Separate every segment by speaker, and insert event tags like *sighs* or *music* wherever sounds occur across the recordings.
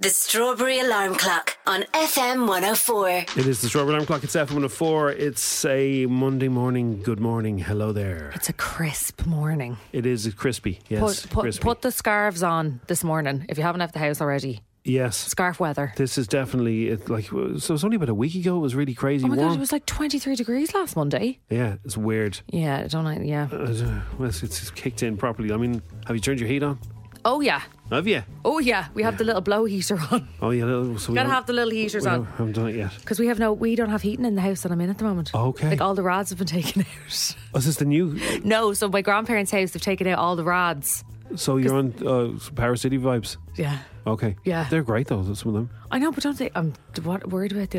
Speaker 1: The Strawberry Alarm Clock on FM 104.
Speaker 2: It is the Strawberry Alarm Clock. It's F104. It's a Monday morning. Good morning. Hello there.
Speaker 3: It's a crisp morning.
Speaker 2: It is crispy. Yes.
Speaker 3: Put, put,
Speaker 2: crispy.
Speaker 3: put the scarves on this morning if you haven't left the house already.
Speaker 2: yes.
Speaker 3: Scarf weather.
Speaker 2: This is definitely it. Like so, it was only about a week ago. It was really crazy
Speaker 3: Oh my
Speaker 2: warm.
Speaker 3: god, it was like 23 degrees last Monday.
Speaker 2: yeah, it's weird.
Speaker 3: Yeah, I don't know. Yeah.
Speaker 2: Uh, well, it's, it's kicked in properly. I mean, have you turned your heat on?
Speaker 3: Oh yeah.
Speaker 2: Have you?
Speaker 3: Oh yeah. We have the little blow heater on.
Speaker 2: Oh yeah. no, So we
Speaker 3: Gotta
Speaker 2: don't-
Speaker 3: have the little heaters
Speaker 2: we don't-
Speaker 3: on
Speaker 2: haven't done it yet.
Speaker 3: because we have no. We don't have heating in the house that I'm in at the moment.
Speaker 2: Okay.
Speaker 3: Like all the rods have been taken *laughs* out.
Speaker 2: Oh, is this the new?
Speaker 3: no, so my grandparents' house they've taken out all the rods.
Speaker 2: So you're on uh, Power City vibes.
Speaker 3: Yeah.
Speaker 2: Okay.
Speaker 3: Yeah.
Speaker 2: They're great though. Some of them.
Speaker 3: I know, but don't they? I'm d- what, worried about the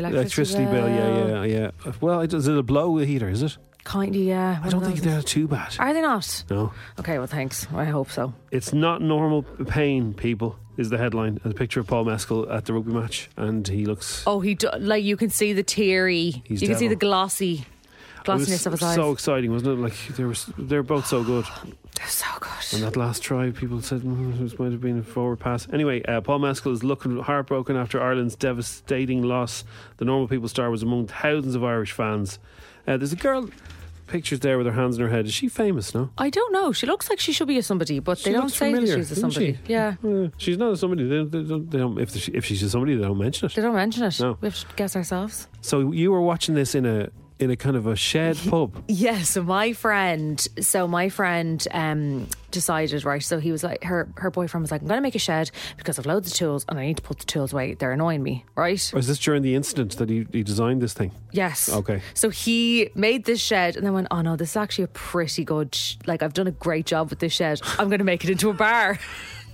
Speaker 2: Electricity
Speaker 3: electricity,
Speaker 2: bill. Yeah, yeah, yeah. Well, it, is it a blow heater? Is it?
Speaker 3: Kind of. Yeah.
Speaker 2: I don't think they're too bad.
Speaker 3: Are they not?
Speaker 2: No.
Speaker 3: Okay. Well, thanks. I hope so.
Speaker 2: It's not normal pain, people, is the headline. A picture of Paul Mescal at the rugby match, and he looks.
Speaker 3: Oh, he do, like you can see the teary.
Speaker 2: He's
Speaker 3: you can see
Speaker 2: devil.
Speaker 3: the glossy
Speaker 2: It was
Speaker 3: glossiness of his eyes.
Speaker 2: So exciting, wasn't it? Like they were, s- they're both so
Speaker 3: *sighs*
Speaker 2: good.
Speaker 3: They're so
Speaker 2: And
Speaker 3: good.
Speaker 2: that last try, people said mm, this might have been a forward pass. Anyway, uh, Paul Mescal is looking heartbroken after Ireland's devastating loss. The normal people star was among thousands of Irish fans. Uh, there's a girl. Pictures there with her hands in her head. Is she famous? No,
Speaker 3: I don't know. She looks like she should be a somebody, but
Speaker 2: She
Speaker 3: they don't
Speaker 2: looks
Speaker 3: say
Speaker 2: familiar,
Speaker 3: that she's a
Speaker 2: doesn't
Speaker 3: somebody.
Speaker 2: she?
Speaker 3: Yeah,
Speaker 2: Uh, she's not a somebody. They, they don't, they don't, if, she, if she's a somebody, they don't mention it.
Speaker 3: they don't mention it.
Speaker 2: No.
Speaker 3: We have to guess ourselves.
Speaker 2: So you were watching this in a in a kind of a
Speaker 3: *laughs*
Speaker 2: shared pub.
Speaker 3: Yeah. So my friend, so my friend um, decided right. So he was like, her her boyfriend was like, I'm going to make a shed because I've loads of tools and I need to put the tools away. They're annoying me, right?
Speaker 2: Or is this during the incident that he, he designed this thing?
Speaker 3: Yes.
Speaker 2: Okay.
Speaker 3: So he made this shed and then went, oh no, this is actually a pretty good, sh- like I've done a great job with this shed. I'm going to make it into
Speaker 2: *laughs*
Speaker 3: a bar.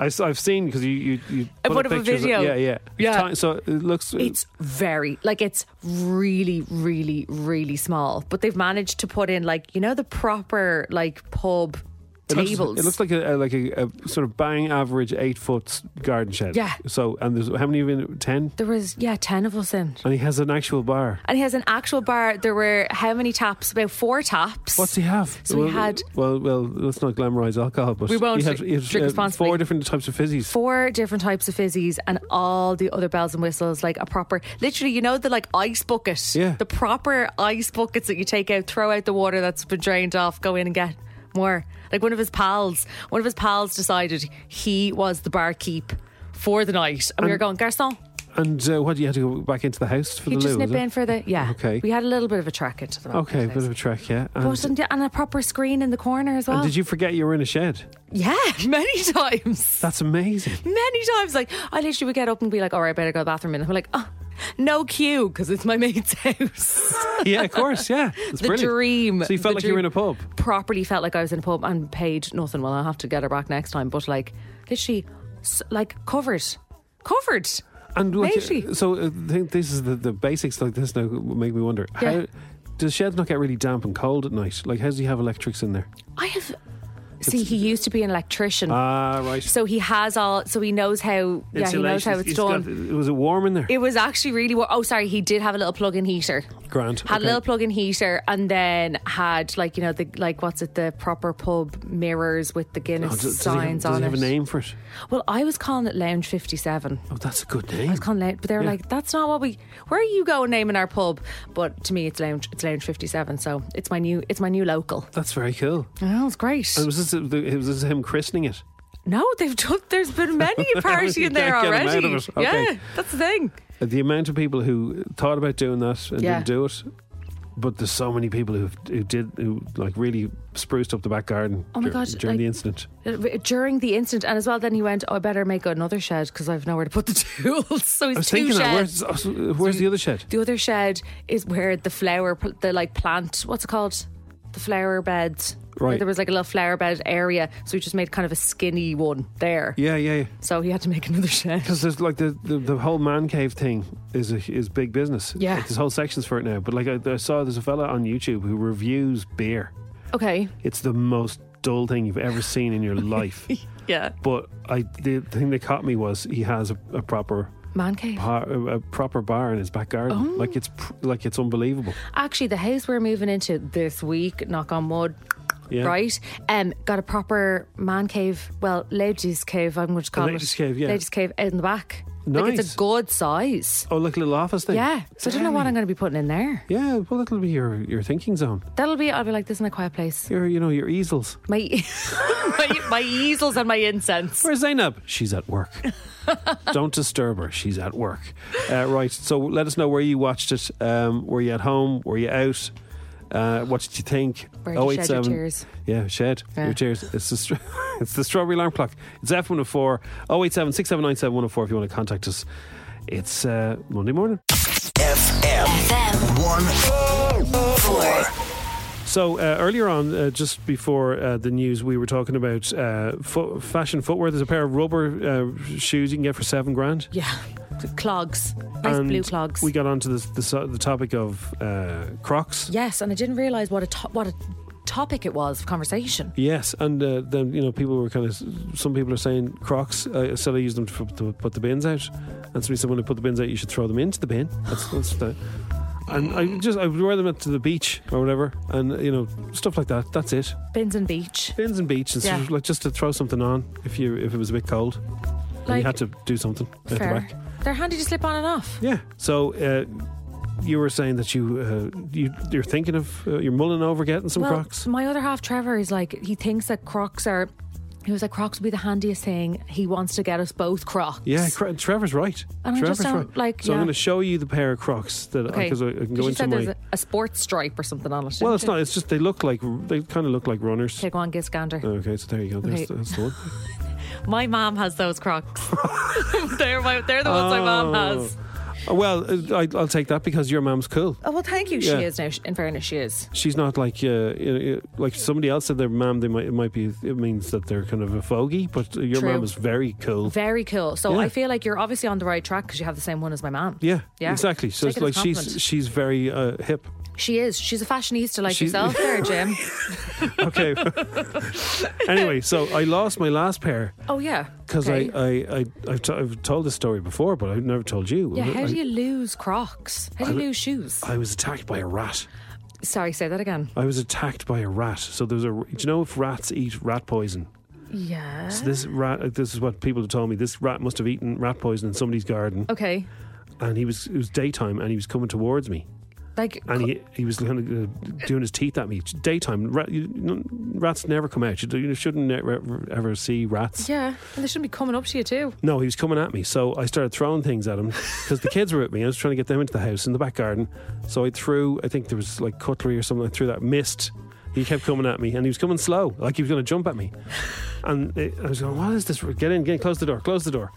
Speaker 2: I, have seen because you you, you
Speaker 3: I
Speaker 2: put
Speaker 3: put
Speaker 2: up
Speaker 3: up Uh, a
Speaker 2: pictures of-
Speaker 3: video.
Speaker 2: yeah, yeah,
Speaker 3: Yeah.
Speaker 2: Ti- so it looks.
Speaker 3: It's very, like it's really, really, really small. But they've managed to put in like, you know, the proper like pub
Speaker 2: it looks-
Speaker 3: tables.
Speaker 2: it looks like a, a- like a, a sort of bang average eight foot s- garden shed.
Speaker 3: Yeah.
Speaker 2: So and there's how many have been ten?
Speaker 3: there was, yeah, 10 of us in.
Speaker 2: And he has an actual bar.
Speaker 3: And he has an actual bar. There were how many taps? About four taps.
Speaker 2: What's he have?
Speaker 3: So we
Speaker 2: well,
Speaker 3: had-
Speaker 2: Well, well, let's not glamorize alcohol, but
Speaker 3: We won't
Speaker 2: He had, he had, uh,
Speaker 3: drink responsibly.
Speaker 2: four different types of fizzies.
Speaker 3: four different types of fizzies and all the other bells and whistles, like a proper, literally, you know, the like ice bucket,
Speaker 2: Yeah.
Speaker 3: the proper ice buckets that you take out, throw out the water that's been drained off, go in and get more. Like one of his pals, one of his pals decided he was the barkeep for the night, and, we were going, garçon,
Speaker 2: And uh, what you had to go back into the house for
Speaker 3: you
Speaker 2: the
Speaker 3: just
Speaker 2: loo.
Speaker 3: nip
Speaker 2: was it?
Speaker 3: in for the yeah.
Speaker 2: Okay.
Speaker 3: we had a little bit of a track into the back
Speaker 2: Okay,
Speaker 3: of
Speaker 2: bit
Speaker 3: the
Speaker 2: of
Speaker 3: house.
Speaker 2: a trek, yeah. And,
Speaker 3: But- and, and a proper screen in the corner as well.
Speaker 2: and did you forget you were in a shed?
Speaker 3: yeah, *laughs* many times.
Speaker 2: That's
Speaker 3: *laughs*
Speaker 2: amazing.
Speaker 3: many times. Like, I literally would get up and be like, all right, I better go to the bathroom. And I'm like, oh, no queue because it's my *laughs* mate's house.
Speaker 2: yeah, of course. Yeah, it's
Speaker 3: the
Speaker 2: brilliant.
Speaker 3: dream.
Speaker 2: So you felt
Speaker 3: The
Speaker 2: like you were in a
Speaker 3: dream.
Speaker 2: pub.
Speaker 3: Properly felt like I was in a pub and paid nothing. Well, I'll have to get her back next time. But like, literally, s- like covered. Covered.
Speaker 2: And like,
Speaker 3: Matey.
Speaker 2: so uh, I think this is the, the basics like this now make me wonder
Speaker 3: Yeah.
Speaker 2: how does sheds not get really damp and cold at night? Like, how does he have electrics in there?
Speaker 3: I have. See, he used to be an electrician.
Speaker 2: Ah, right.
Speaker 3: so he has all, so he knows how, yeah, he knows how it's done.
Speaker 2: was it warm in there?
Speaker 3: It was actually really warm. Oh, sorry, he did have a little plug-in heater.
Speaker 2: Grand.
Speaker 3: Had
Speaker 2: Okay.
Speaker 3: a little plug-in heater, and then had like you know the like what's it the proper pub mirrors with the Guinness
Speaker 2: Oh, does, does he have,
Speaker 3: signs
Speaker 2: does he
Speaker 3: on
Speaker 2: have
Speaker 3: it.
Speaker 2: a name for it?
Speaker 3: Well, I was calling it Lounge Fifty Seven.
Speaker 2: Oh, that's a good
Speaker 3: I
Speaker 2: name.
Speaker 3: was calling it, but they were
Speaker 2: Yeah.
Speaker 3: like, "That's not what we. Where are you going naming our pub?" But to me, it's Lounge. It's Lounge Fifty Seven. So it's my new. It's my new local.
Speaker 2: That's very cool.
Speaker 3: Oh, it's great.
Speaker 2: And was this, the- was this him christening it?
Speaker 3: no, they've done.
Speaker 2: *laughs*
Speaker 3: There's been many a party
Speaker 2: You
Speaker 3: in there
Speaker 2: can't get 'em out of
Speaker 3: already.
Speaker 2: it. Okay.
Speaker 3: Yeah, that's the thing.
Speaker 2: The amount of people who thought about doing that and
Speaker 3: Yeah.
Speaker 2: didn't do it, but there's so many people who who did who like really spruced up the back garden.
Speaker 3: Oh my
Speaker 2: dur-
Speaker 3: God,
Speaker 2: During
Speaker 3: like-
Speaker 2: the incident,
Speaker 3: during the incident, and as well, then he went, "Oh, I better make another shed because I've nowhere to put the *laughs* tools." So he's
Speaker 2: I was
Speaker 3: two
Speaker 2: thinking that.
Speaker 3: sheds.
Speaker 2: Where's, uh, where's the other shed?
Speaker 3: the other shed is where the flower, pl- the like plant, what's it called? The flower bed.
Speaker 2: Right.
Speaker 3: There was like a little flower bed area, so he just made kind of a skinny one there.
Speaker 2: Yeah, yeah, yeah.
Speaker 3: So he had to make another shed. *laughs*
Speaker 2: Because there's like the, the, the whole man cave thing is a, is big business.
Speaker 3: Yeah.
Speaker 2: like, there's whole sections for it now. But like I, I saw, there's a fella on YouTube who reviews beer.
Speaker 3: Okay.
Speaker 2: It's the most dull thing you've ever seen
Speaker 3: *laughs*
Speaker 2: in your life.
Speaker 3: Yeah.
Speaker 2: But I the thing that caught me was he has a, a proper
Speaker 3: Man cave.
Speaker 2: bar, uh, a proper bar in his back garden.
Speaker 3: Oh.
Speaker 2: Like it's pr- like it's unbelievable.
Speaker 3: Actually, the house we're moving into this week, knock on wood,
Speaker 2: Yeah.
Speaker 3: right? Um, got a proper man cave. Well, ladies' cave. I'm going to call
Speaker 2: ladies'
Speaker 3: it.
Speaker 2: cave, yeah.
Speaker 3: Ladies' cave out in the back. Like
Speaker 2: Nice.
Speaker 3: it's a good size.
Speaker 2: Oh, like a little office thing.
Speaker 3: Yeah. So I don't know what I'm going to be putting in there.
Speaker 2: Yeah, well, that'll be your your thinking zone.
Speaker 3: That'll be. I'll be like this in a quiet place.
Speaker 2: Your, you know, your easels.
Speaker 3: My *laughs* my, my easels and my incense.
Speaker 2: Where's Zainab? She's at
Speaker 3: *laughs*
Speaker 2: work. Don't disturb her. She's at work. Uh, right. So let us know where you watched it. Um, were you at home? Were you out? Uh, what did you think? Oh
Speaker 3: Where did you shed your tears?
Speaker 2: Yeah, shed
Speaker 3: Yeah.
Speaker 2: your tears. It's the str- *laughs* it's the strawberry alarm clock. It's F one hundred four. 087 679 7104 if you want to contact us. It's uh, Monday morning.
Speaker 4: FM
Speaker 1: FM
Speaker 4: 104.
Speaker 2: So uh, earlier on, uh, just before uh, the news, we were talking about uh, fo- fashion footwear. There's a pair of rubber uh, shoes you can get for seven grand.
Speaker 3: Yeah. Clogs. Nice
Speaker 2: And
Speaker 3: blue clogs.
Speaker 2: We got onto the the, so- the topic of uh, Crocs.
Speaker 3: yes, and I didn't realize what a to- what a topic it was of conversation.
Speaker 2: Yes, and uh, then you know people were kind of. Some people are saying Crocs. Uh, said I use them to, to put the bins out, and somebody said when I put the bins out, you should throw them into the bin. That's that's the. And I just I would wear them out to the beach or whatever, and you know stuff like that. That's it.
Speaker 3: Bins and beach.
Speaker 2: Bins and beach, and
Speaker 3: Yeah.
Speaker 2: sort of like just to throw something on if you if it was a bit cold, and
Speaker 3: Like-
Speaker 2: you had to do something at the
Speaker 3: Fair.
Speaker 2: back.
Speaker 3: They're handy to slip on and off.
Speaker 2: Yeah. So uh, you were saying that you uh, you you're thinking of uh, you're mulling over getting some
Speaker 3: well,
Speaker 2: Crocs.
Speaker 3: my other half, Trevor, is like he thinks that Crocs are. He was like Crocs would be the handiest thing. He wants to get us both Crocs.
Speaker 2: Yeah, Cro- Trevor's right.
Speaker 3: And I
Speaker 2: Trevor's
Speaker 3: just don't, like,
Speaker 2: So I'm
Speaker 3: yeah.
Speaker 2: going to show you the pair of Crocs that
Speaker 3: Okay.
Speaker 2: because I, I can
Speaker 3: Did
Speaker 2: go
Speaker 3: you
Speaker 2: into
Speaker 3: said
Speaker 2: my.
Speaker 3: there's a, a sports stripe or something on it.
Speaker 2: well,
Speaker 3: didn't
Speaker 2: it's
Speaker 3: you?
Speaker 2: not. It's just they look like they kind of look like runners.
Speaker 3: Okay, go on, give Gander.
Speaker 2: Okay, so there you go. There's,
Speaker 3: Okay.
Speaker 2: That's the one.
Speaker 3: My mom has those
Speaker 2: *laughs*
Speaker 3: Crocs. *laughs* they're my, they're the ones my mom has.
Speaker 2: Oh, well, uh, I, I'll take that because your mom's cool.
Speaker 3: Oh well, thank you.
Speaker 2: Yeah.
Speaker 3: She is now. In fairness, she is.
Speaker 2: She's not like uh, you know, like somebody else said their mom. They might it might be it means that they're kind of a fogey, but your
Speaker 3: True.
Speaker 2: mom is very cool.
Speaker 3: Very cool. So
Speaker 2: Yeah.
Speaker 3: I feel like you're obviously on the right track because you have the same one as my mom.
Speaker 2: yeah,
Speaker 3: Yeah.
Speaker 2: exactly. So it's
Speaker 3: Take it
Speaker 2: like
Speaker 3: as
Speaker 2: she's
Speaker 3: compliment.
Speaker 2: she's very uh, hip.
Speaker 3: She is. She's a fashionista like
Speaker 2: She's- *laughs*
Speaker 3: yourself, there, Jim. *laughs*
Speaker 2: Okay. anyway, so I lost my last pair.
Speaker 3: Oh yeah.
Speaker 2: Because
Speaker 3: Okay.
Speaker 2: I, uh, I, I, I've, t- I've told this story before, but I've never told you.
Speaker 3: Yeah. How
Speaker 2: I,
Speaker 3: do you lose Crocs? How do you lose shoes?
Speaker 2: I was attacked by a rat.
Speaker 3: Sorry, say that again.
Speaker 2: I was attacked by a rat. So there's a. Do you know if rats eat rat poison?
Speaker 3: Yeah.
Speaker 2: So this rat. uh, This is what people have told me. This rat must have eaten rat poison in somebody's garden,
Speaker 3: Okay.
Speaker 2: and he was. It was daytime, and he was coming towards me,
Speaker 3: Like.
Speaker 2: and he he was kind of uh, doing his teeth at me. Daytime. Rat, you, no- rats never come out. You, do- you shouldn't ever, ever see rats.
Speaker 3: yeah. And they shouldn't be coming up to you too.
Speaker 2: No, he was coming at me. So I started throwing things at him because the kids were with me. I was trying to get them into the house in the back garden. So I threw, I think there was like cutlery or something. I threw that, missed. He kept coming at me and he was coming slow, like he was going to jump at me. And it, I was going, what is this? Get in, get in, close the door, close the door.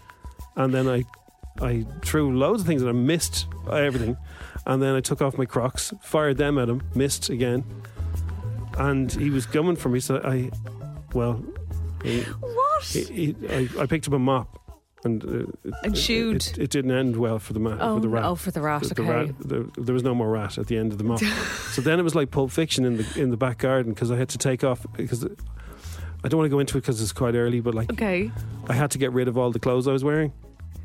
Speaker 2: And then I, I threw loads of things and I missed everything. And then I took off my Crocs, fired them at him, missed again. And he was coming for me. So I, well, he-
Speaker 3: What?
Speaker 2: he- he- I, I picked up a mop and uh, it-
Speaker 3: And
Speaker 2: it,
Speaker 3: shooed.
Speaker 2: it, didn't end well for the ma-
Speaker 3: oh,
Speaker 2: for the rat.
Speaker 3: no, for the rat.
Speaker 2: The-
Speaker 3: Okay.
Speaker 2: the rat- the- there was no more rat at the end of the
Speaker 3: *laughs*
Speaker 2: mop. so then it was like Pulp Fiction in the in the back garden because I had to take off because I don't want to go into it because it's quite early, but like
Speaker 3: Okay.
Speaker 2: I had to get rid of all the clothes I was wearing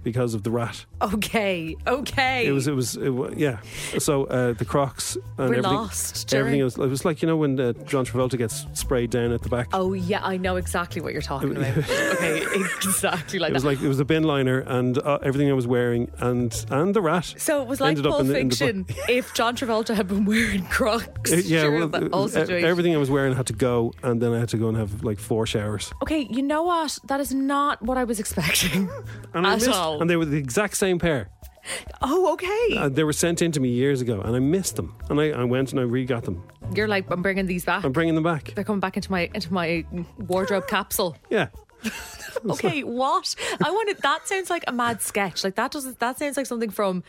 Speaker 2: because of the rat.
Speaker 3: Okay. Okay.
Speaker 2: It was it was it, wa- yeah. So uh, the Crocs and
Speaker 3: We're
Speaker 2: everything.
Speaker 3: lost. Jerry.
Speaker 2: Everything was, it was like you know when uh, John Travolta gets sprayed down at the back.
Speaker 3: Oh yeah, I know exactly what you're talking
Speaker 2: *laughs*
Speaker 3: about. okay, exactly like
Speaker 2: It was
Speaker 3: that.
Speaker 2: like it was a bin liner and uh, everything I was wearing and and the rat.
Speaker 3: so it was like
Speaker 2: ended up
Speaker 3: Pulp
Speaker 2: in the- in the
Speaker 3: Fiction. if John Travolta had been wearing Crocs,
Speaker 2: Uh, yeah,
Speaker 3: during
Speaker 2: well,
Speaker 3: that
Speaker 2: uh,
Speaker 3: whole situation.
Speaker 2: everything I was wearing had to go, and then I had to go and have like four showers.
Speaker 3: Okay, you know what? That is not what I
Speaker 2: *laughs*
Speaker 3: was expecting.
Speaker 2: And I
Speaker 3: At
Speaker 2: missed,
Speaker 3: all.
Speaker 2: and they were the exact same pair.
Speaker 3: oh, okay.
Speaker 2: Uh, they were sent in to me years ago, and I missed them. And I, I went and I re-got them.
Speaker 3: you're like, I'm bringing these back.
Speaker 2: I'm bringing them back.
Speaker 3: They're coming back into my into my
Speaker 2: *laughs*
Speaker 3: wardrobe capsule.
Speaker 2: Yeah, *laughs*
Speaker 3: Okay, what? I wanted. That sounds like a mad sketch. Like that doesn't. That sounds like something from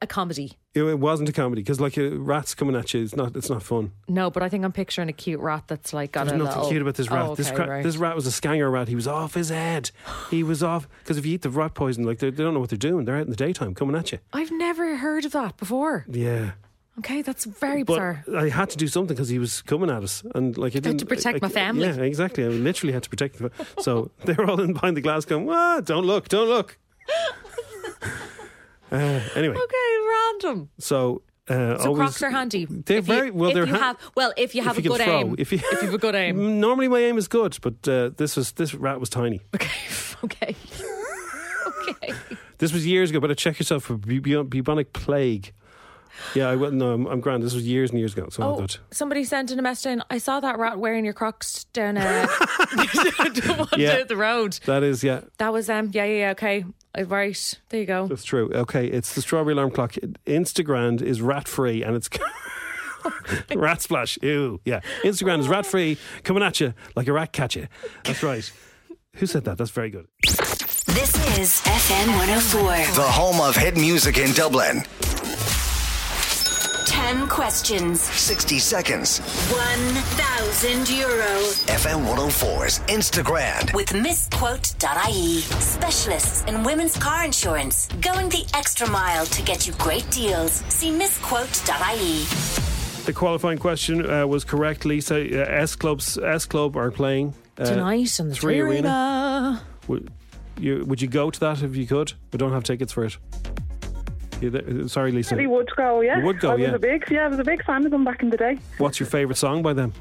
Speaker 3: a comedy.
Speaker 2: it, it wasn't a comedy because like uh, rats coming at you, it's not it's not fun.
Speaker 3: No, but I think I'm picturing a cute rat that's like got
Speaker 2: There's
Speaker 3: a
Speaker 2: nothing
Speaker 3: little-
Speaker 2: cute about this rat.
Speaker 3: Oh,
Speaker 2: this,
Speaker 3: okay,
Speaker 2: cra-
Speaker 3: right.
Speaker 2: this rat was a scanger rat. He was off his head. He was off because if you eat the rat poison, like they, they don't know what they're doing. They're out in the daytime coming at you.
Speaker 3: I've never heard of that before.
Speaker 2: Yeah.
Speaker 3: Okay, that's very
Speaker 2: But
Speaker 3: bizarre.
Speaker 2: I had to do something because he was coming at us, and like I
Speaker 3: to
Speaker 2: didn't
Speaker 3: protect
Speaker 2: I-
Speaker 3: my family.
Speaker 2: Yeah, exactly. I literally had to protect them. So *laughs* they were all in behind the glass, going, "Ah, don't look, don't
Speaker 3: *laughs*
Speaker 2: look." uh, anyway,
Speaker 3: Okay, random.
Speaker 2: so uh,
Speaker 3: So
Speaker 2: always,
Speaker 3: Crocs are handy.
Speaker 2: They're
Speaker 3: If you-
Speaker 2: very well.
Speaker 3: if
Speaker 2: They're
Speaker 3: you
Speaker 2: ha-
Speaker 3: have, well, if you have
Speaker 2: if
Speaker 3: a
Speaker 2: you
Speaker 3: good
Speaker 2: can throw,
Speaker 3: aim.
Speaker 2: if you, Mm.
Speaker 3: if you have a
Speaker 2: *laughs*
Speaker 3: good aim.
Speaker 2: Normally, my aim is
Speaker 3: *laughs*
Speaker 2: good, but uh, this was this rat was tiny. *laughs*
Speaker 3: Okay, okay, okay.
Speaker 2: This was years ago, but check yourself for bu- bu- bubonic plague. Yeah, I wouldn't know. I'm, I'm grand. This was years and years ago. So
Speaker 3: Oh,
Speaker 2: that.
Speaker 3: *laughs* somebody sent in a message saying, I saw that rat wearing your crocs down, *laughs* uh, down one
Speaker 2: *laughs* Yeah.
Speaker 3: down the road.
Speaker 2: that is, yeah,
Speaker 3: That was um, yeah, yeah, yeah, okay. Uh, Right. There you go.
Speaker 2: that's true. Okay, it's the strawberry alarm clock. Instagram is rat free and it's. *laughs* rat splash. Ew. Yeah. Instagram is rat free, coming at you like a rat catcher. That's right. Who said that? That's very good.
Speaker 1: This is FM 104.
Speaker 4: The home of hit music in Dublin.
Speaker 1: 10 questions,
Speaker 4: 60 seconds.
Speaker 1: 1,000 euro
Speaker 4: FM 104's Instagram.
Speaker 1: with misquote.ie. Specialists in women's car insurance. Going the extra mile to get you great deals. See misquote.ie.
Speaker 2: The qualifying question uh, was correct, Lisa. Uh, S clubs, S club are playing uh,
Speaker 3: Tonight on the
Speaker 2: Three
Speaker 3: Three Arena.
Speaker 2: Would you, would you go to that if you could? We don't have tickets for it. You th- uh, Sorry, Lisa.
Speaker 5: He would go, yeah.
Speaker 2: You would go,
Speaker 5: I was
Speaker 2: yeah.
Speaker 5: a big, yeah, I was a big fan of them back in the day.
Speaker 2: What's your favourite song by them?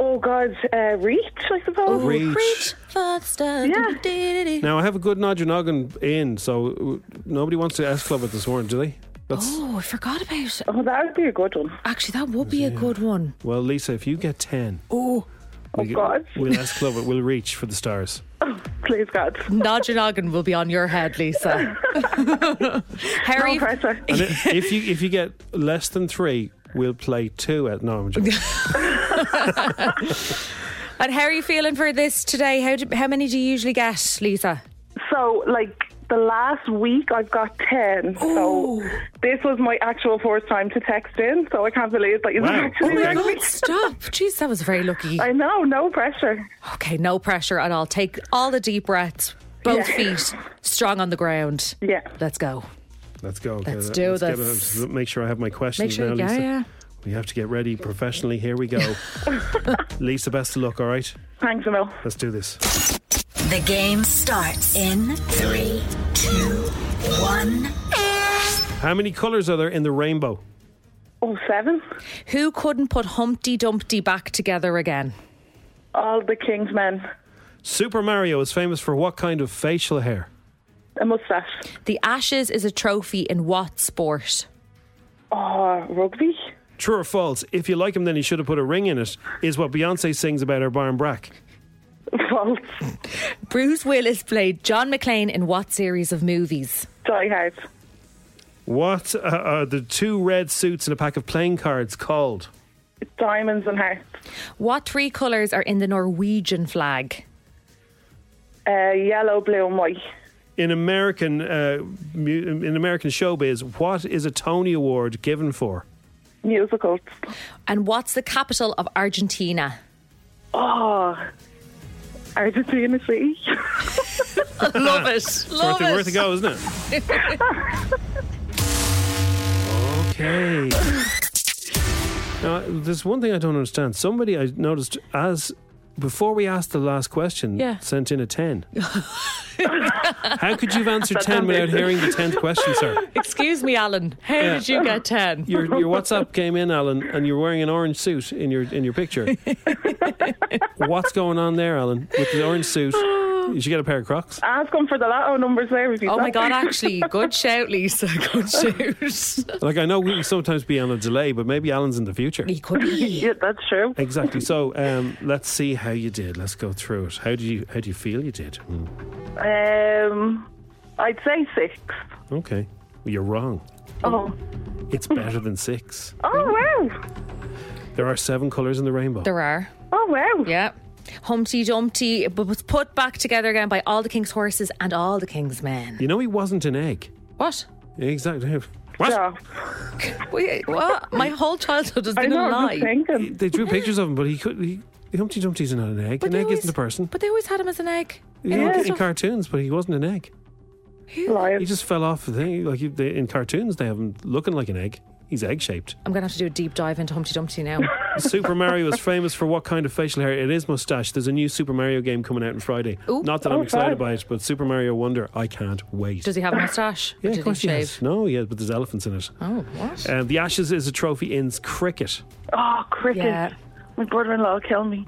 Speaker 5: Oh God, uh, Reach, I suppose.
Speaker 2: Oh, Reach.
Speaker 3: Reach, Foxstar.
Speaker 5: Yeah.
Speaker 3: dee-dee-dee.
Speaker 2: Now I have a good nod your noggin in, so w- nobody wants to S club it this morning, do they? That's
Speaker 3: Oh, I forgot about.
Speaker 5: Oh, that would be a good one.
Speaker 3: Actually, that would be a good one.
Speaker 2: well, Lisa. If you get ten,
Speaker 3: Oh,
Speaker 5: Oh God,
Speaker 2: *laughs* we'll S club it. We'll reach for the
Speaker 5: *laughs*
Speaker 2: stars.
Speaker 5: please God,
Speaker 3: nod your noggin will be on your head,
Speaker 5: *laughs*
Speaker 3: Lisa. Harry,
Speaker 5: no pressure.
Speaker 2: And i- if you if you get less than three, we'll play two. At no, I'm
Speaker 5: *laughs*
Speaker 2: joking.
Speaker 3: and how are you feeling for this today? How do, how many do you usually get, Lisa?
Speaker 5: So, like the last week, I've got ten. So this was my actual first time to text in. So I can't believe that you
Speaker 2: Wow.
Speaker 5: actually
Speaker 2: Oh my
Speaker 5: rang me.
Speaker 3: God, stop! Jeez, that was very lucky.
Speaker 5: I know, no pressure.
Speaker 3: Okay, no pressure at all. Take all the deep breaths. Both feet strong on the ground.
Speaker 5: Yeah.
Speaker 3: Let's go.
Speaker 2: Let's go. Okay,
Speaker 3: Let's do
Speaker 2: get
Speaker 3: this.
Speaker 2: it. Make sure I have my questions
Speaker 3: Make sure.
Speaker 2: now,
Speaker 3: Yeah,
Speaker 2: Lisa.
Speaker 3: yeah.
Speaker 2: We have to get ready professionally. Here we
Speaker 3: *laughs*
Speaker 2: go. Lisa, best of luck, all right?
Speaker 5: Thanks, Emil.
Speaker 2: Let's do this.
Speaker 1: The game starts in three, two, one.
Speaker 2: How many colours are there in the rainbow?
Speaker 5: Oh, seven.
Speaker 3: Who couldn't put Humpty Dumpty back together again?
Speaker 5: All the King's men.
Speaker 2: Super Mario is famous for what kind of facial hair?
Speaker 5: A mustache.
Speaker 3: The Ashes is a trophy in what sport?
Speaker 5: Oh, rugby. *laughs*
Speaker 2: True or false, if you like him, then he should have put a ring in it, is what Beyonce sings about her barn brack.
Speaker 5: False.
Speaker 3: Bruce Willis played John McClane in what series of movies?
Speaker 5: Die hard.
Speaker 2: What uh, are the two red suits in a pack of playing cards called?
Speaker 5: Diamonds and hearts.
Speaker 3: What three colours are in the Norwegian flag?
Speaker 5: Uh, yellow, blue, and white.
Speaker 2: In American, uh, mu- in American showbiz, what is a Tony Award given for?
Speaker 5: Musicals.
Speaker 3: And what's the capital of Argentina?
Speaker 5: Oh, Argentina City.
Speaker 3: *laughs* Love it.
Speaker 2: *laughs*
Speaker 3: Love
Speaker 2: worth, it. worth a go, isn't it? okay. Now, there's one thing I don't understand. Somebody I noticed as before we asked the last question,
Speaker 3: Yeah.
Speaker 2: sent in a ten. How could you've answered ten
Speaker 5: don't make
Speaker 2: without hearing the tenth question, sir?
Speaker 3: Excuse me, Alan. How
Speaker 2: Yeah.
Speaker 3: did you
Speaker 2: *laughs*
Speaker 3: get 10?
Speaker 2: Your, your WhatsApp came in, Alan, and you're wearing an orange suit in your in your picture. What's going on there, Alan? With the orange suit, you should get a pair of Crocs.
Speaker 5: *laughs* Ask them for the lotto numbers there if you
Speaker 3: Oh my
Speaker 5: like.
Speaker 3: God, actually, good shout, Lisa. *laughs*
Speaker 2: *laughs*
Speaker 3: Good shout.
Speaker 2: Like I know we sometimes be on a delay, but maybe Alan's in the future.
Speaker 3: he could be.
Speaker 5: *laughs* Yeah, that's true.
Speaker 2: Exactly. So um, let's see how you did. Let's go through it. How do you how do you feel you did? Hmm.
Speaker 5: Um, I'd say six.
Speaker 2: Okay, Well, you're wrong.
Speaker 5: Oh,
Speaker 2: It's better than six.
Speaker 5: oh wow.
Speaker 2: There are seven colours in the rainbow.
Speaker 3: There are.
Speaker 5: Oh wow.
Speaker 3: Yeah. Humpty Dumpty b- was put back together again by all the king's horses and all the king's men.
Speaker 2: You know he wasn't an egg.
Speaker 3: What?
Speaker 2: Exactly. What?
Speaker 5: Yeah.
Speaker 3: Wait, what? My whole childhood has
Speaker 5: I
Speaker 3: been
Speaker 5: know,
Speaker 3: a
Speaker 5: I'm
Speaker 3: lie.
Speaker 5: just thinking.
Speaker 2: They drew pictures of him, but he could. He, Humpty Dumpty's not an egg.
Speaker 3: But
Speaker 2: an
Speaker 3: they
Speaker 2: egg
Speaker 3: always-
Speaker 2: isn't a person.
Speaker 3: But they always had him as an egg.
Speaker 2: You know,
Speaker 5: Yeah.
Speaker 2: in cartoons, but he wasn't an egg.
Speaker 5: Liar.
Speaker 2: He just fell off the thing. Like you- they, in cartoons, they have him looking like an egg. He's egg shaped.
Speaker 3: I'm going to have to do a deep dive into Humpty Dumpty now.
Speaker 2: Super Mario is famous for what kind of facial hair? It is mustache. There's a new Super Mario game coming out on Friday.
Speaker 3: Ooh.
Speaker 2: Not that I'm
Speaker 5: Oh,
Speaker 2: excited
Speaker 5: fun.
Speaker 2: by it, but Super Mario Wonder, I can't wait.
Speaker 3: Does
Speaker 2: *laughs*
Speaker 3: he have a mustache? Or
Speaker 2: yeah,
Speaker 3: did
Speaker 2: of course
Speaker 3: he
Speaker 2: he
Speaker 3: shave?
Speaker 2: has. No, yeah, but there's elephants in it.
Speaker 3: Oh, what?
Speaker 2: Uh, the Ashes is a trophy in cricket.
Speaker 5: Oh, cricket.
Speaker 3: Yeah.
Speaker 5: My brother-in-law killed me.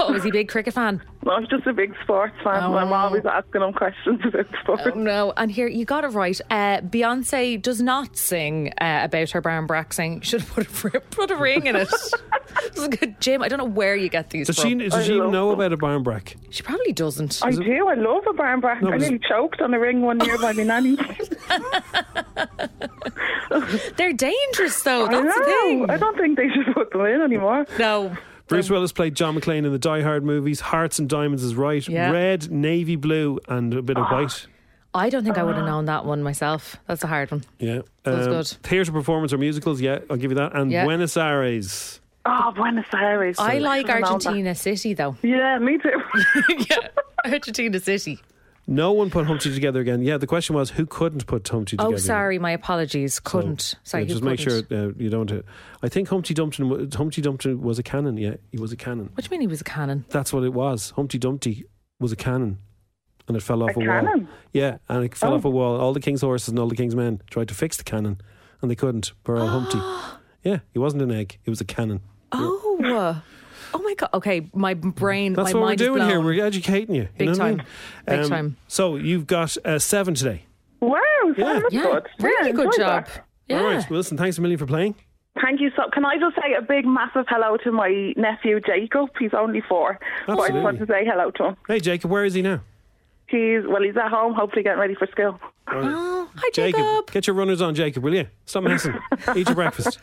Speaker 3: Oh, was he a big cricket fan?
Speaker 5: No, I'm just a big sports fan,
Speaker 3: Oh. Um,
Speaker 5: and I'm always asking him questions about sports.
Speaker 3: No, and here you got it right. Uh, Beyonce does not sing uh, about her brown braxing. Should have put a, ri- put a ring in it. this is a good Jim. I don't know where you get these
Speaker 2: Does she,
Speaker 3: from.
Speaker 2: does she
Speaker 5: I
Speaker 2: even
Speaker 5: love
Speaker 2: know
Speaker 5: them.
Speaker 2: about a barn brack?
Speaker 3: She probably doesn't.
Speaker 5: I do. I love a barn brack. I
Speaker 2: but is-
Speaker 5: nearly choked on a ring one year by
Speaker 3: *laughs*
Speaker 5: my nanny.
Speaker 3: They're dangerous, though.
Speaker 5: I
Speaker 3: That's the
Speaker 5: know.
Speaker 3: thing.
Speaker 5: I don't think they should put them in anymore.
Speaker 3: No.
Speaker 2: Bruce Willis played John McClane in the Die Hard movies. Hearts and Diamonds is right.
Speaker 3: Yeah.
Speaker 2: Red, navy blue, and a
Speaker 5: Ah.
Speaker 2: bit of white.
Speaker 3: I don't think I would have known that one myself. That's a hard one.
Speaker 2: Yeah. um,
Speaker 3: Sounds good.
Speaker 2: Theatre performance or musicals, yeah, I'll give you that. And
Speaker 3: Yeah.
Speaker 2: Buenos Aires.
Speaker 5: Oh, Buenos Aires.
Speaker 3: I like
Speaker 5: should've known
Speaker 3: Argentina City, though.
Speaker 5: that. Yeah,
Speaker 2: *laughs*
Speaker 5: me too.
Speaker 3: yeah, *laughs* Argentina City.
Speaker 2: No one put Humpty together again. Yeah, the question was who couldn't put Humpty
Speaker 3: Oh,
Speaker 2: together?
Speaker 3: sorry, my apologies. Couldn't. sorry,
Speaker 2: Yeah,
Speaker 3: who
Speaker 2: just make sure
Speaker 3: couldn't?
Speaker 2: uh, you don't. Uh, I think Humpty Dumpty, wa- Humpty Dumpty was a cannon. Yeah, he was a cannon.
Speaker 3: What do you mean he was a cannon?
Speaker 2: That's what it was. Humpty Dumpty was a cannon, and it fell off a, wall.
Speaker 5: cannon?
Speaker 2: Yeah, and it fell off a wall. All the king's horses and all the king's men tried to fix the cannon, and they couldn't. Poor old
Speaker 3: *gasps*
Speaker 2: Humpty. Yeah, he wasn't an egg. He was a cannon.
Speaker 3: Oh. uh, Oh my god. Okay, my brain.
Speaker 2: That's
Speaker 3: my
Speaker 2: what we're
Speaker 3: mind is
Speaker 2: doing here.
Speaker 3: blown.
Speaker 2: We're educating you.
Speaker 3: Big
Speaker 2: you know what I
Speaker 3: time.
Speaker 2: mean? Um,
Speaker 3: Big time.
Speaker 2: So you've got uh, seven today.
Speaker 5: wow,
Speaker 2: Yeah.
Speaker 5: that was
Speaker 3: Yeah,
Speaker 5: good.
Speaker 3: really
Speaker 5: Yeah,
Speaker 3: good
Speaker 5: enjoyed
Speaker 3: job.
Speaker 5: that.
Speaker 3: Yeah.
Speaker 2: All right, Wilson. Thanks a million for playing.
Speaker 5: Thank you so. Can I just say a big, massive hello to my nephew Jacob? He's only four, but I just want to
Speaker 2: Absolutely.
Speaker 5: say hello to him.
Speaker 2: Hey, Jacob, where is he now?
Speaker 5: He's well, he's at home, hopefully getting ready for school.
Speaker 3: Oh, hi, Jacob.
Speaker 2: get your runners on, Jacob, will you? Stop
Speaker 3: *laughs*
Speaker 2: messing. Eat your breakfast.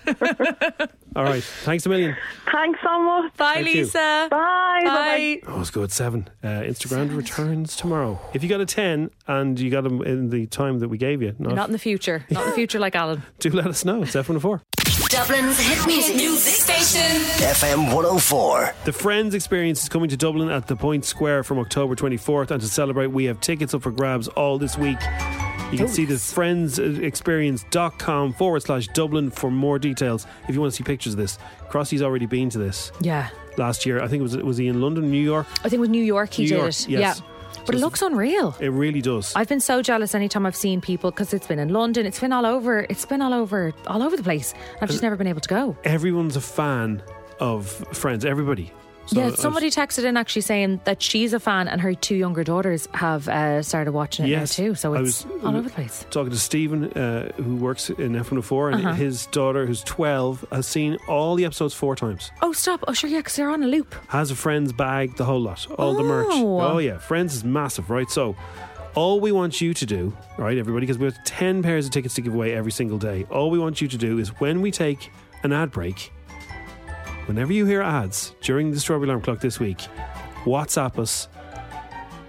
Speaker 2: All right, thanks a million.
Speaker 5: Thanks so much.
Speaker 3: Bye,
Speaker 2: Thank you.
Speaker 3: Lisa.
Speaker 5: Bye. Bye.
Speaker 3: Bye.
Speaker 2: Oh, it's good. Seven. Uh, Instagram returns tomorrow. If you got a 10 and you got them in the time that we gave you, not,
Speaker 3: Not in the future. Not
Speaker 2: *laughs*
Speaker 3: in the future, like Alan.
Speaker 2: do let us know. It's F104.
Speaker 1: Dublin's hit music. station.
Speaker 4: FM 104.
Speaker 2: The Friends Experience is coming to Dublin at the Point Square from October 24th. And to celebrate, we have tickets up for grabs all this week. You can see the uh, friendsexperience.com forward slash Dublin for more details if you want to see pictures of this. Crossy's already been to this
Speaker 3: Yeah.
Speaker 2: last year. I think it was, was he in London, New York?
Speaker 3: I think it was New York he
Speaker 2: New
Speaker 3: did
Speaker 2: York, yes.
Speaker 3: it. Yeah.
Speaker 2: So
Speaker 3: But it
Speaker 2: it's-
Speaker 3: looks unreal.
Speaker 2: It really does.
Speaker 3: I've been so jealous anytime I've seen people because it's been in London, it's been all over, it's been all over, all over the place. I've
Speaker 2: Uh,
Speaker 3: just never been able to go.
Speaker 2: Everyone's a fan of Friends, everybody. So uh,
Speaker 3: yeah,
Speaker 2: I've-
Speaker 3: somebody texted in actually saying that she's a fan and her two younger daughters have uh, started watching it
Speaker 2: Yes,
Speaker 3: now too. So
Speaker 2: I was-
Speaker 3: it's
Speaker 2: uh,
Speaker 3: all over the place.
Speaker 2: talking to Stephen, uh, who works in F104,
Speaker 3: Uh-huh.
Speaker 2: and his daughter, who's 12, has seen all the episodes four times.
Speaker 3: Oh, stop. Oh, sure, yeah, because they're on a loop.
Speaker 2: Has a friend's bag, the whole lot, all the merch.
Speaker 3: Oh.
Speaker 2: Oh, yeah. Friends is massive, right? So, all we want you to do, right, everybody, because we have 10 pairs of tickets to give away every single day, all we want you to do is when we take an ad break, whenever you hear ads during the Strawberry Alarm Clock this week, WhatsApp us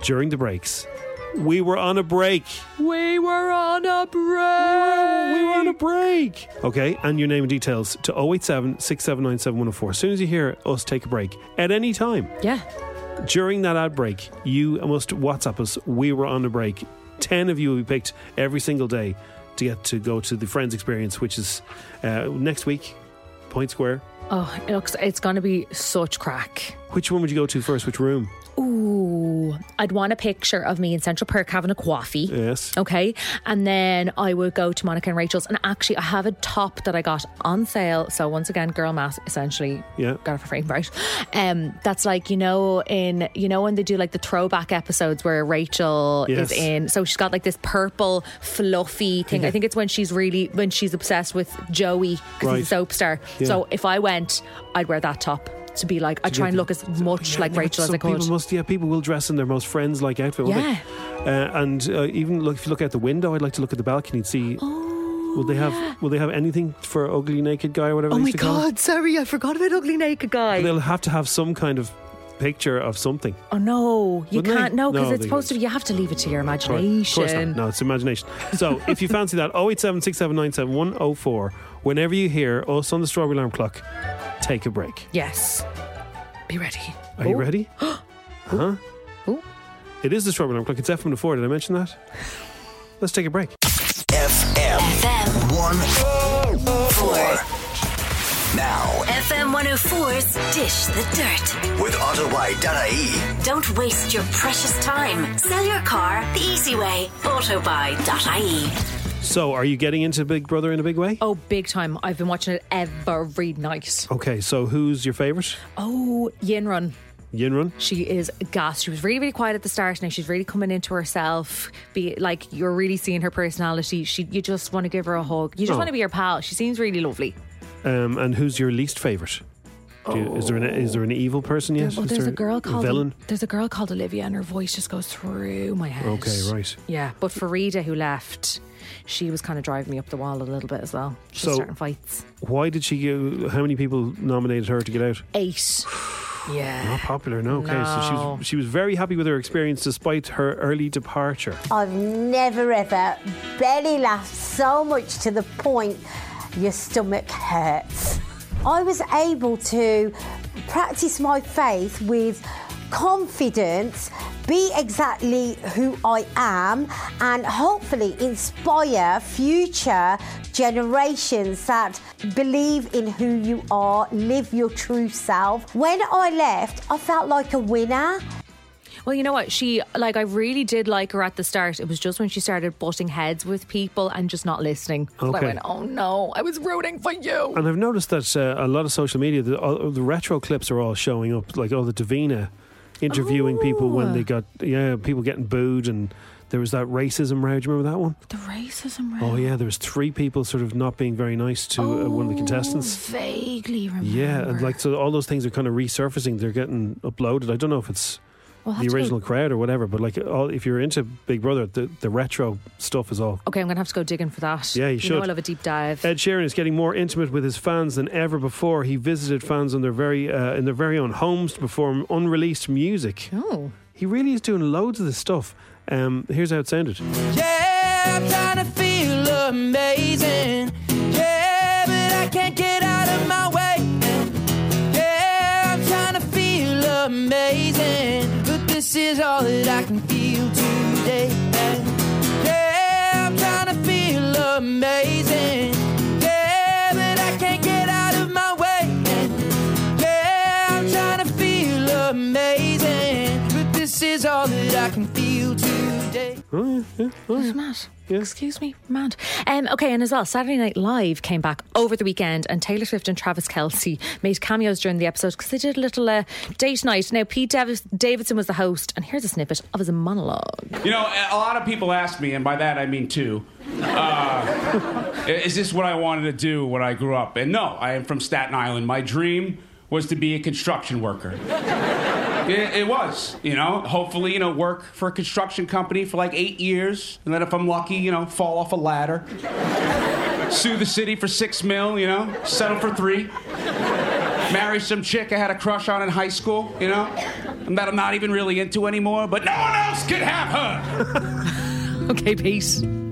Speaker 2: during the breaks. We were on a break.
Speaker 3: We were on a break.
Speaker 2: We were on a break. Okay, and your name and details to 087 679 7104. As soon as you hear us take a break, at any time
Speaker 3: Yeah.
Speaker 2: during that ad break, you must WhatsApp us. We were on a break. 10 of you will be picked every single day to get to go to the Friends Experience, which is uh, next week, Point Square.
Speaker 3: Oh, it looks, it's going to be such crack.
Speaker 2: Which one would you go to first? Which room?
Speaker 3: Ooh, I'd want a picture of me in Central Park having a coffee.
Speaker 2: Yes.
Speaker 3: Okay. And then I would go to Monica and Rachel's. And actually, I have a top that I got on sale. So, once again, girl mass essentially.
Speaker 2: Yeah.
Speaker 3: Got it for free, *laughs* right? Um, that's like, you know, in, you know, when they do like the throwback episodes where Rachel
Speaker 2: Yes.
Speaker 3: is in. So she's got like this purple, fluffy thing. I think it's when she's really, when she's obsessed with Joey because
Speaker 2: Right.
Speaker 3: he's a soap star.
Speaker 2: Yeah.
Speaker 3: So, if I went, I'd wear that top to be like, I'd try and look as much like
Speaker 2: Yeah,
Speaker 3: Rachel as
Speaker 2: so
Speaker 3: I could.
Speaker 2: People must, yeah, people will dress in their most friends-like outfit. won't
Speaker 3: Yeah.
Speaker 2: They? Uh, and uh, even look if you look out the window, I'd like to look at the balcony and see. will they have Will they have anything for ugly naked guy or whatever?
Speaker 3: Oh
Speaker 2: they
Speaker 3: my
Speaker 2: used to call it?
Speaker 3: god, sorry, I forgot about Ugly Naked Guy.
Speaker 2: They'll have to have some kind of picture of something.
Speaker 3: Oh no, you
Speaker 2: Wouldn't they?
Speaker 3: can't. No, because
Speaker 2: No,
Speaker 3: it's
Speaker 2: they
Speaker 3: supposed to
Speaker 2: wouldn't.
Speaker 3: be. You have to leave it to your
Speaker 2: Of course not.
Speaker 3: imagination.
Speaker 2: No, it's imagination. So if you fancy that, 087 whenever you hear us on the Strawberry Alarm Clock, take a break.
Speaker 3: Yes, be ready.
Speaker 2: Are you
Speaker 3: Oh. *gasps*
Speaker 2: ready? huh?
Speaker 3: Ooh.
Speaker 2: It is the Strawberry Alarm Clock. It's FM to 4. Did I mention
Speaker 3: *laughs*
Speaker 2: that? Let's take a break.
Speaker 4: FM
Speaker 1: FM
Speaker 4: 104. Now,
Speaker 1: FM 104's Dish the Dirt.
Speaker 4: with Ottawa Danae.
Speaker 1: Don't waste your precious time. Sell your car the easy way. Autobuy.ie.
Speaker 2: So are you getting into Big Brother in a big way?
Speaker 3: Oh, big time! I've been watching it every night.
Speaker 2: Okay, so who's your favourite?
Speaker 3: Oh, Yin Run.
Speaker 2: Yin Run.
Speaker 3: She is gas. She was really, really quiet at the start. Now she's really coming into herself. Be like you're really seeing her personality. She, you just want to give her a hug. You just
Speaker 2: Oh.
Speaker 3: want to be her pal. She seems really lovely.
Speaker 2: Um, and who's your least favourite? Do you- Is there an is there an evil person yet?
Speaker 3: Oh. Well,
Speaker 2: Is
Speaker 3: there's
Speaker 2: there
Speaker 3: a girl called
Speaker 2: villain.
Speaker 3: There's a girl called Olivia, and her voice just goes through my head.
Speaker 2: Okay, right.
Speaker 3: Yeah, but Farida, who left, she was kind of driving me up the wall a little bit as well. She's
Speaker 2: So-
Speaker 3: starting fights.
Speaker 2: Why did she? go- How many people nominated her to get out?
Speaker 3: Eight. *sighs* yeah.
Speaker 2: Not popular, no. Okay, so she
Speaker 3: No.
Speaker 2: was she was very happy with her experience despite her early departure.
Speaker 6: I've never ever belly laughed so much to the point your stomach hurts. I was able to practice my faith with confidence, be exactly who I am, and hopefully inspire future generations that believe in who you are, live your true self. When I left, I felt like a winner.
Speaker 3: Well, you know what? She like I really did like her at the start. It was just when she started butting heads with people and just not listening. I
Speaker 2: Okay.
Speaker 3: went, oh no, I was rooting for you.
Speaker 2: And I've noticed that uh, a lot of social media, the, all, the retro clips are all showing up, like all the Davina interviewing people when
Speaker 3: Oh.
Speaker 2: they got yeah people getting booed, and there was that racism row. Do you remember that one?
Speaker 3: the racism.
Speaker 2: Oh yeah, there was three people sort of not being very nice to uh, one of the contestants.
Speaker 3: Vaguely Oh, remember.
Speaker 2: Yeah, and like so, all those things are kind of resurfacing. They're getting uploaded. I don't know if it's
Speaker 3: We'll have
Speaker 2: the
Speaker 3: to go-
Speaker 2: original crowd or whatever, but like all, if you're into Big Brother, the, the retro stuff is all
Speaker 3: Okay, I'm gonna have to go digging for that.
Speaker 2: Yeah, you
Speaker 3: Know
Speaker 2: should.
Speaker 3: I love a deep dive.
Speaker 2: Ed Sheeran is getting more intimate with his fans than ever before. He visited fans on their very uh, in their very own homes to perform unreleased music.
Speaker 3: oh.
Speaker 2: He really is doing loads of this stuff. Um, here's how it
Speaker 3: *gasps*
Speaker 2: sounded.
Speaker 7: Yeah, I'm trying to feel amazing. Yeah, but I can't get out of my way. Yeah, I'm trying to feel amazing. But this is all that I can feel today. Yeah, I'm trying to feel amazing. Yeah, but I can't get out of my way. Yeah, I'm trying to feel amazing. But this is all that I can feel today.
Speaker 2: Oh, yeah, yeah, oh, yeah.
Speaker 3: Mad. Excuse me, mad. Um, okay, and as well, Saturday Night Live came back over the weekend, and Taylor Swift and Travis Kelsey made cameos during the episode because they did a little uh, date night. Now, Pete Davis- Davidson was the host, and here's a snippet of his monologue.
Speaker 8: You know, a a lot of people ask me, and by that I mean two. Uh, *laughs* is this what I wanted to do when I grew up? And no, I am from Staten Island. My dream was to be a construction worker. It, it was, you know. Hopefully, you know, work for a construction company for like eight years, and then if I'm lucky, you know, fall off a ladder, sue the city for six mil, you know, settle for three, marry some chick I had a crush on in high school, you know, and that I'm not even really into anymore, but no one else could have her.
Speaker 3: Okay, Pete.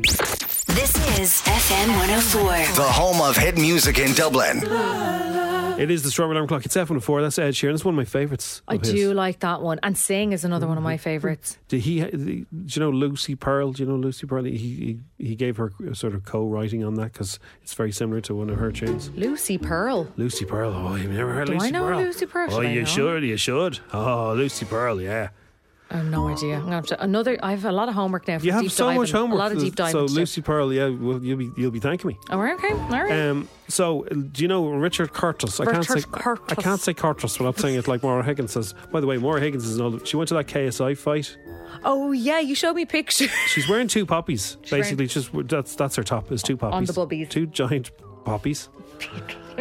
Speaker 1: This is FM 104.
Speaker 4: The home of hit music in Dublin.
Speaker 2: It is the Storm Alarm Clock. It's F104. That's Ed Sheeran. It's one of my favourites.
Speaker 3: I
Speaker 2: of his. Mm-hmm.
Speaker 3: do like that one, and Sing is another one of my favourites.
Speaker 2: Did he? Do you know Lucy Pearl? Do you know Lucy Pearl? He he, he gave her a sort of co-writing on that because it's very similar to one of her tunes.
Speaker 3: Lucy Pearl.
Speaker 2: Lucy Pearl. Oh, you've never heard
Speaker 3: Do I
Speaker 2: Lucy
Speaker 3: know
Speaker 2: Pearl?
Speaker 3: Lucy Pearl?
Speaker 2: Oh,
Speaker 3: Should I
Speaker 2: you
Speaker 3: know?
Speaker 2: should. You should. Oh, Lucy Pearl. Yeah.
Speaker 3: I have no idea. I'm gonna have to another. I have a lot of homework now. For
Speaker 2: You have
Speaker 3: deep
Speaker 2: so
Speaker 3: diving,
Speaker 2: much homework.
Speaker 3: A lot of
Speaker 2: for
Speaker 3: deep
Speaker 2: this.
Speaker 3: diving.
Speaker 2: So
Speaker 3: to do.
Speaker 2: Lucy Pearl, yeah, well, you'll be you'll be thanking me.
Speaker 3: All right, okay, all right.
Speaker 2: Um, so uh, do you know Richard Curtis? I can't say
Speaker 3: Richard Curtis.
Speaker 2: I can't say Curtis without saying it like Maura Higgins says. By the way, Maura Higgins is an old. She went to that KSI fight.
Speaker 3: oh yeah, you showed me pictures. *laughs*
Speaker 2: She's wearing two poppies.
Speaker 3: wearing-
Speaker 2: basically, just that's that's her top is two poppies.
Speaker 3: the bubbies.
Speaker 2: Two giant
Speaker 3: *laughs*
Speaker 2: poppies.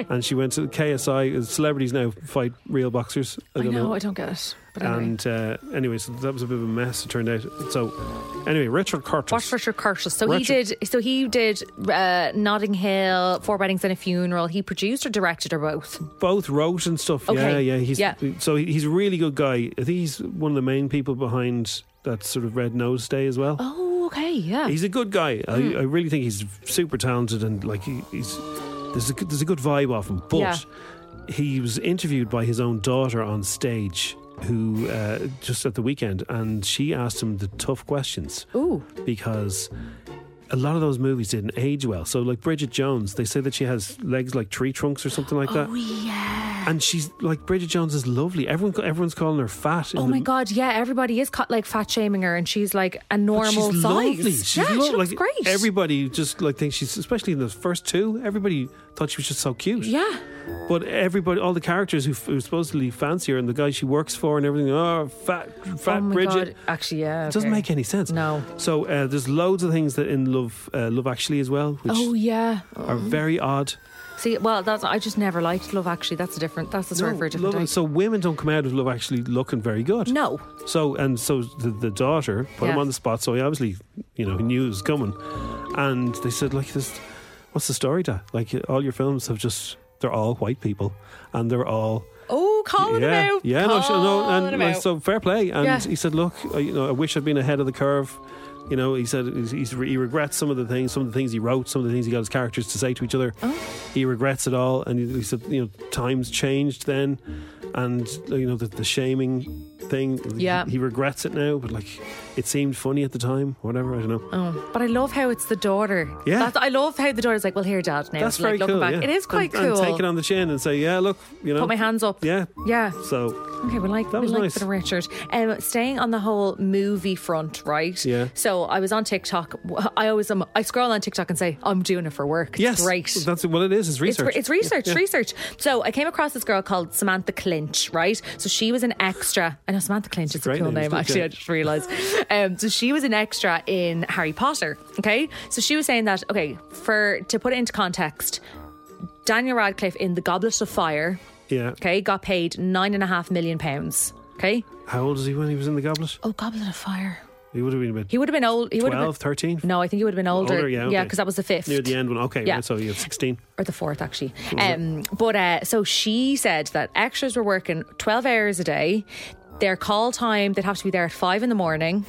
Speaker 2: and she went to KSI. uh, Celebrities now fight real boxers. I
Speaker 3: I
Speaker 2: don't
Speaker 3: know. I don't get it. But anyway.
Speaker 2: And uh, anyway, so that was a bit of a mess. It turned out. So anyway, Richard Curtis.
Speaker 3: Watch Richard Curtis. So he
Speaker 2: Richard-
Speaker 3: did. So he did uh, Notting Hill, Four Weddings and a Funeral. He produced or directed or both.
Speaker 2: both wrote and stuff.
Speaker 3: Okay.
Speaker 2: Yeah, yeah. He's
Speaker 3: Yeah.
Speaker 2: so he- he's a really good guy. I think he's one of the main people behind that sort of Red Nose Day as well.
Speaker 3: Oh, Hmm. okay, yeah.
Speaker 2: He's a good guy. I, I really think he's super talented and like he, he's there's a good- there's a good vibe off him. But
Speaker 3: Yeah.
Speaker 2: he was interviewed by his own daughter on stage. Who uh, just at the weekend, and she asked him the tough questions
Speaker 3: Ooh,
Speaker 2: because a lot of those movies didn't age well. So, like Bridget Jones, they say that she has legs like tree trunks or something like that. Oh yeah. And she's like Bridget Jones is lovely. Everyone, everyone's calling her fat. in
Speaker 3: oh
Speaker 2: the-
Speaker 3: my God! Yeah, everybody is cut like fat shaming her, and she's like a
Speaker 2: but
Speaker 3: normal
Speaker 2: she's
Speaker 3: size.
Speaker 2: lovely. She's
Speaker 3: yeah,
Speaker 2: lo-
Speaker 3: she looks
Speaker 2: like,
Speaker 3: great.
Speaker 2: Everybody just like thinks she's, especially in the first two, everybody thought she was just so cute.
Speaker 3: yeah,
Speaker 2: But everybody, all the characters who, f- who supposedly fancy her and the guy she works for and everything, oh, fat, fat
Speaker 3: oh my
Speaker 2: Bridget.
Speaker 3: God. Actually, yeah.
Speaker 2: It doesn't
Speaker 3: okay.
Speaker 2: make any sense.
Speaker 3: No.
Speaker 2: So uh, there's loads of things that in Love, uh, Love Actually as well, which
Speaker 3: Oh yeah.
Speaker 2: are very odd.
Speaker 3: See, well, that's I just never liked Love Actually. That's a different. That's the story for a different
Speaker 2: Love-
Speaker 3: day.
Speaker 2: so women don't come out of Love Actually looking very good.
Speaker 3: no.
Speaker 2: So and so the, the daughter put him
Speaker 3: Yeah.
Speaker 2: on the spot. So he obviously, you know, he knew it was coming. And they said like this, what's the story? Da like all your films have just they're all white people and they're all
Speaker 3: Oh, calling
Speaker 2: yeah
Speaker 3: him out.
Speaker 2: yeah no sure, no
Speaker 3: Calling
Speaker 2: and
Speaker 3: him
Speaker 2: like,
Speaker 3: out.
Speaker 2: so fair play. And
Speaker 3: Yeah.
Speaker 2: he said, look, I, you know, I wish I'd been ahead of the curve. You know, he said he's, he's, he regrets some of the things, some of the things he wrote, some of the things he got his characters to say to each other.
Speaker 3: Oh.
Speaker 2: He regrets it all, and he, he said, you know, times changed then, and you know the, the shaming thing.
Speaker 3: Yeah.
Speaker 2: he, he regrets it now, but like it seemed funny at the time, whatever. I don't know.
Speaker 3: Oh, but I love how it's the daughter.
Speaker 2: Yeah.
Speaker 3: That's, I love how the daughter's like, well, here, dad. Now,
Speaker 2: That's
Speaker 3: like,
Speaker 2: very
Speaker 3: looking
Speaker 2: cool.
Speaker 3: Back.
Speaker 2: yeah.
Speaker 3: It is quite
Speaker 2: and,
Speaker 3: cool.
Speaker 2: And take it on the chin and say, yeah, look, you know,
Speaker 3: Put my hands up.
Speaker 2: Yeah,
Speaker 3: Yeah.
Speaker 2: so
Speaker 3: Okay, we like
Speaker 2: That
Speaker 3: we
Speaker 2: was
Speaker 3: like
Speaker 2: nice.
Speaker 3: a bit of Richard. Um, staying on the whole movie front, right?
Speaker 2: Yeah.
Speaker 3: So I was on TikTok. I always am. I scroll on TikTok and say I'm doing it for work. It's
Speaker 2: yes,
Speaker 3: great.
Speaker 2: That's what it is. It's
Speaker 3: It's,
Speaker 2: research.
Speaker 3: re- it's research,
Speaker 2: Yeah.
Speaker 3: research. So I came across this girl called Samantha Clinch, right? So she was an extra. I know Samantha Clinch is a,
Speaker 2: great
Speaker 3: cool
Speaker 2: name, isn't it?
Speaker 3: name, actually.
Speaker 2: Yeah.
Speaker 3: I just realised. Um, so she was an extra in Harry Potter. Okay, so she was saying that. Okay, for to put it into context, Daniel Radcliffe in The Goblet of Fire,
Speaker 2: Yeah.
Speaker 3: okay, got paid nine and a half million pounds. Okay,
Speaker 2: How old is he when he was in the goblet?
Speaker 3: Oh, Goblet of Fire.
Speaker 2: He would have been about
Speaker 3: He would have been old. He would have
Speaker 2: 12,
Speaker 3: been.
Speaker 2: 13?
Speaker 3: No, I think he would have been older.
Speaker 2: Older, yeah, okay.
Speaker 3: because that was the fifth.
Speaker 2: Near the end one. Okay,
Speaker 3: Yeah.
Speaker 2: right, so you have 16.
Speaker 3: or the fourth actually. Um, but uh, so she said that extras were working twelve hours a day. Their call time they'd have to be there at five in the morning.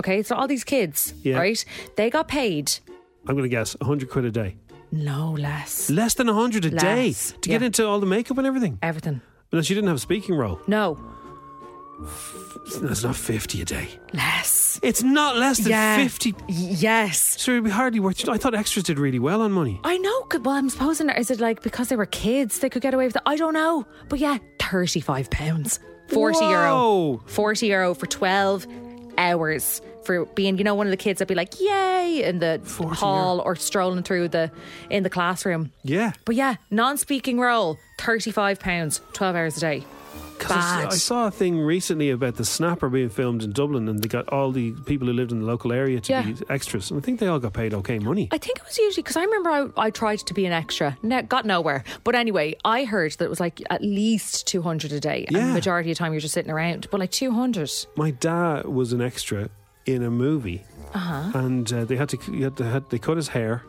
Speaker 3: Okay, so all these kids,
Speaker 2: Yeah.
Speaker 3: right? They got paid
Speaker 2: I'm going to guess 100 quid a day.
Speaker 3: no less.
Speaker 2: Less than 100 a day
Speaker 3: Less,
Speaker 2: to get
Speaker 3: yeah.
Speaker 2: into all the makeup and everything.
Speaker 3: Everything.
Speaker 2: No, she didn't have a speaking role.
Speaker 3: No
Speaker 2: That's not 50 a day.
Speaker 3: less.
Speaker 2: It's not less than
Speaker 3: Yeah.
Speaker 2: 50.
Speaker 3: Yes.
Speaker 2: So it'd be hardly worth it. I thought extras did really well on money.
Speaker 3: I know. c- Well, I'm supposing is it like because they were kids they could get away with it? I don't know. But yeah, thirty five pounds, forty
Speaker 2: Whoa.
Speaker 3: euro, forty euro for twelve hours for being you know one of the kids that'd be like yay in the
Speaker 2: 40
Speaker 3: hall or strolling through the in the classroom.
Speaker 2: Yeah.
Speaker 3: But yeah, non speaking role, thirty five pounds, twelve hours a day.
Speaker 2: 'Cause I s-
Speaker 3: Bad.
Speaker 2: I saw a thing recently about the Snapper being filmed in Dublin and they got all the people who lived in the local area to
Speaker 3: Yeah.
Speaker 2: be extras. And I think they all got paid okay money.
Speaker 3: I think it was usually because I remember I, I tried to be an extra, ne- got nowhere. But anyway, I heard that it was like at least 200 a day. And
Speaker 2: Yeah.
Speaker 3: the majority of the time you're just sitting around. But like 200.
Speaker 2: my dad was an extra in a movie,
Speaker 3: Uh-huh.
Speaker 2: and uh, they had to he had, they had they cut his hair,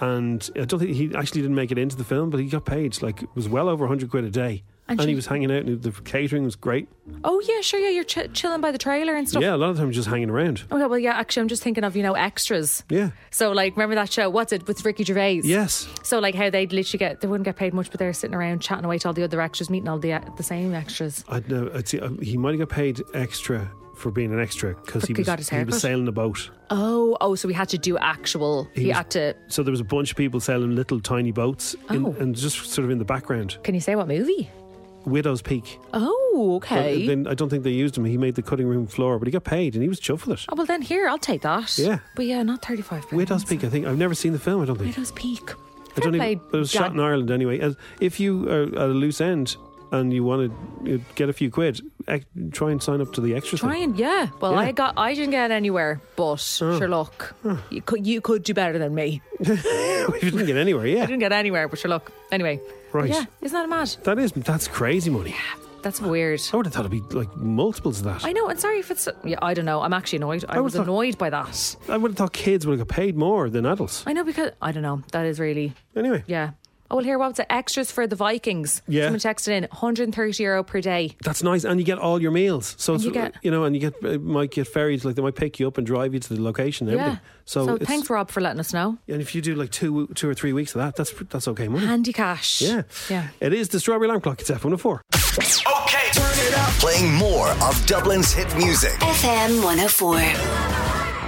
Speaker 2: and I don't think he actually didn't make it into the film, but he got paid like it was well over hundred quid a day, and,
Speaker 3: And
Speaker 2: he
Speaker 3: she-
Speaker 2: was hanging out, and the catering was great.
Speaker 3: Oh, yeah, sure. Yeah, you're ch- chilling by the trailer and stuff.
Speaker 2: Yeah, a lot of the time just hanging around.
Speaker 3: Okay, well, yeah, actually, I'm just thinking of, you know, extras.
Speaker 2: Yeah.
Speaker 3: So, like, remember that show? What's it with Ricky Gervais?
Speaker 2: Yes,
Speaker 3: So, like, how they'd literally get, they wouldn't get paid much, but they're sitting around chatting away to all the other extras, meeting all the uh, the same extras.
Speaker 2: I know. I'd see, um, he might have got paid extra for being an extra because he
Speaker 3: He
Speaker 2: was
Speaker 3: got his
Speaker 2: he
Speaker 3: hair
Speaker 2: was
Speaker 3: cut.
Speaker 2: sailing a boat.
Speaker 3: Oh, oh, so we had to do actual, he,
Speaker 2: was-
Speaker 3: had to,
Speaker 2: So there was a bunch of people selling little tiny boats, in,
Speaker 3: Oh.
Speaker 2: and just sort of in the background,
Speaker 3: can you say what movie?
Speaker 2: Widow's Peak.
Speaker 3: Oh,
Speaker 2: But
Speaker 3: okay.
Speaker 2: Then I don't think they used him. He made the cutting room floor, but he got paid and he was chuffed with it.
Speaker 3: Oh well, then here I'll take that.
Speaker 2: Yeah.
Speaker 3: but yeah, not thirty-five. pounds.
Speaker 2: Widow's Peak, I think. I've never seen the film, I don't think.
Speaker 3: Widow's Peak.
Speaker 2: I don't
Speaker 3: Fair
Speaker 2: even,
Speaker 3: play,
Speaker 2: but it was shot
Speaker 3: Dad.
Speaker 2: in Ireland anyway. As, if you are at a loose end and you want to get a few quid, ec- try and sign up to the extra thing.
Speaker 3: Brian, yeah. Well,
Speaker 2: Yeah. Oh.
Speaker 3: I got, I didn't get anywhere, but sure look, you could, you could do better than me.
Speaker 2: *laughs* we didn't get anywhere, yeah.
Speaker 3: Didn't get anywhere, but sure look. Anyway, But
Speaker 2: Right.
Speaker 3: Yeah, isn't that mad?
Speaker 2: That is, that's crazy money.
Speaker 3: That's weird.
Speaker 2: I would have thought it'd be like multiples of that. I,
Speaker 3: I know. And sorry if it's. Yeah, I don't know. I'm actually annoyed.
Speaker 2: I
Speaker 3: I, was
Speaker 2: was like-
Speaker 3: annoyed by that.
Speaker 2: would have thought kids would have got paid more than adults.
Speaker 3: I know because I don't know. That is really
Speaker 2: Anyway,
Speaker 3: yeah. Oh well, here what's it? Extras for the Vikings.
Speaker 2: Yeah.
Speaker 3: someone texted in 130 euro per day.
Speaker 2: that's nice. And you get all your meals. So, it's,
Speaker 3: you
Speaker 2: you,
Speaker 3: get-
Speaker 2: know, and you get uh, might get ferries, like they might pick you up and drive you to the location and
Speaker 3: Yeah.
Speaker 2: everything. So, it's,
Speaker 3: thanks, Rob, for letting us know.
Speaker 2: And if you do like two two or three weeks of that, that's that's okay money.
Speaker 3: Handy cash.
Speaker 2: yeah.
Speaker 3: Yeah.
Speaker 2: It is the strawberry alarm clock. It's F104.
Speaker 4: Okay, turn it up. Playing more of Dublin's hit music.
Speaker 1: FM 104.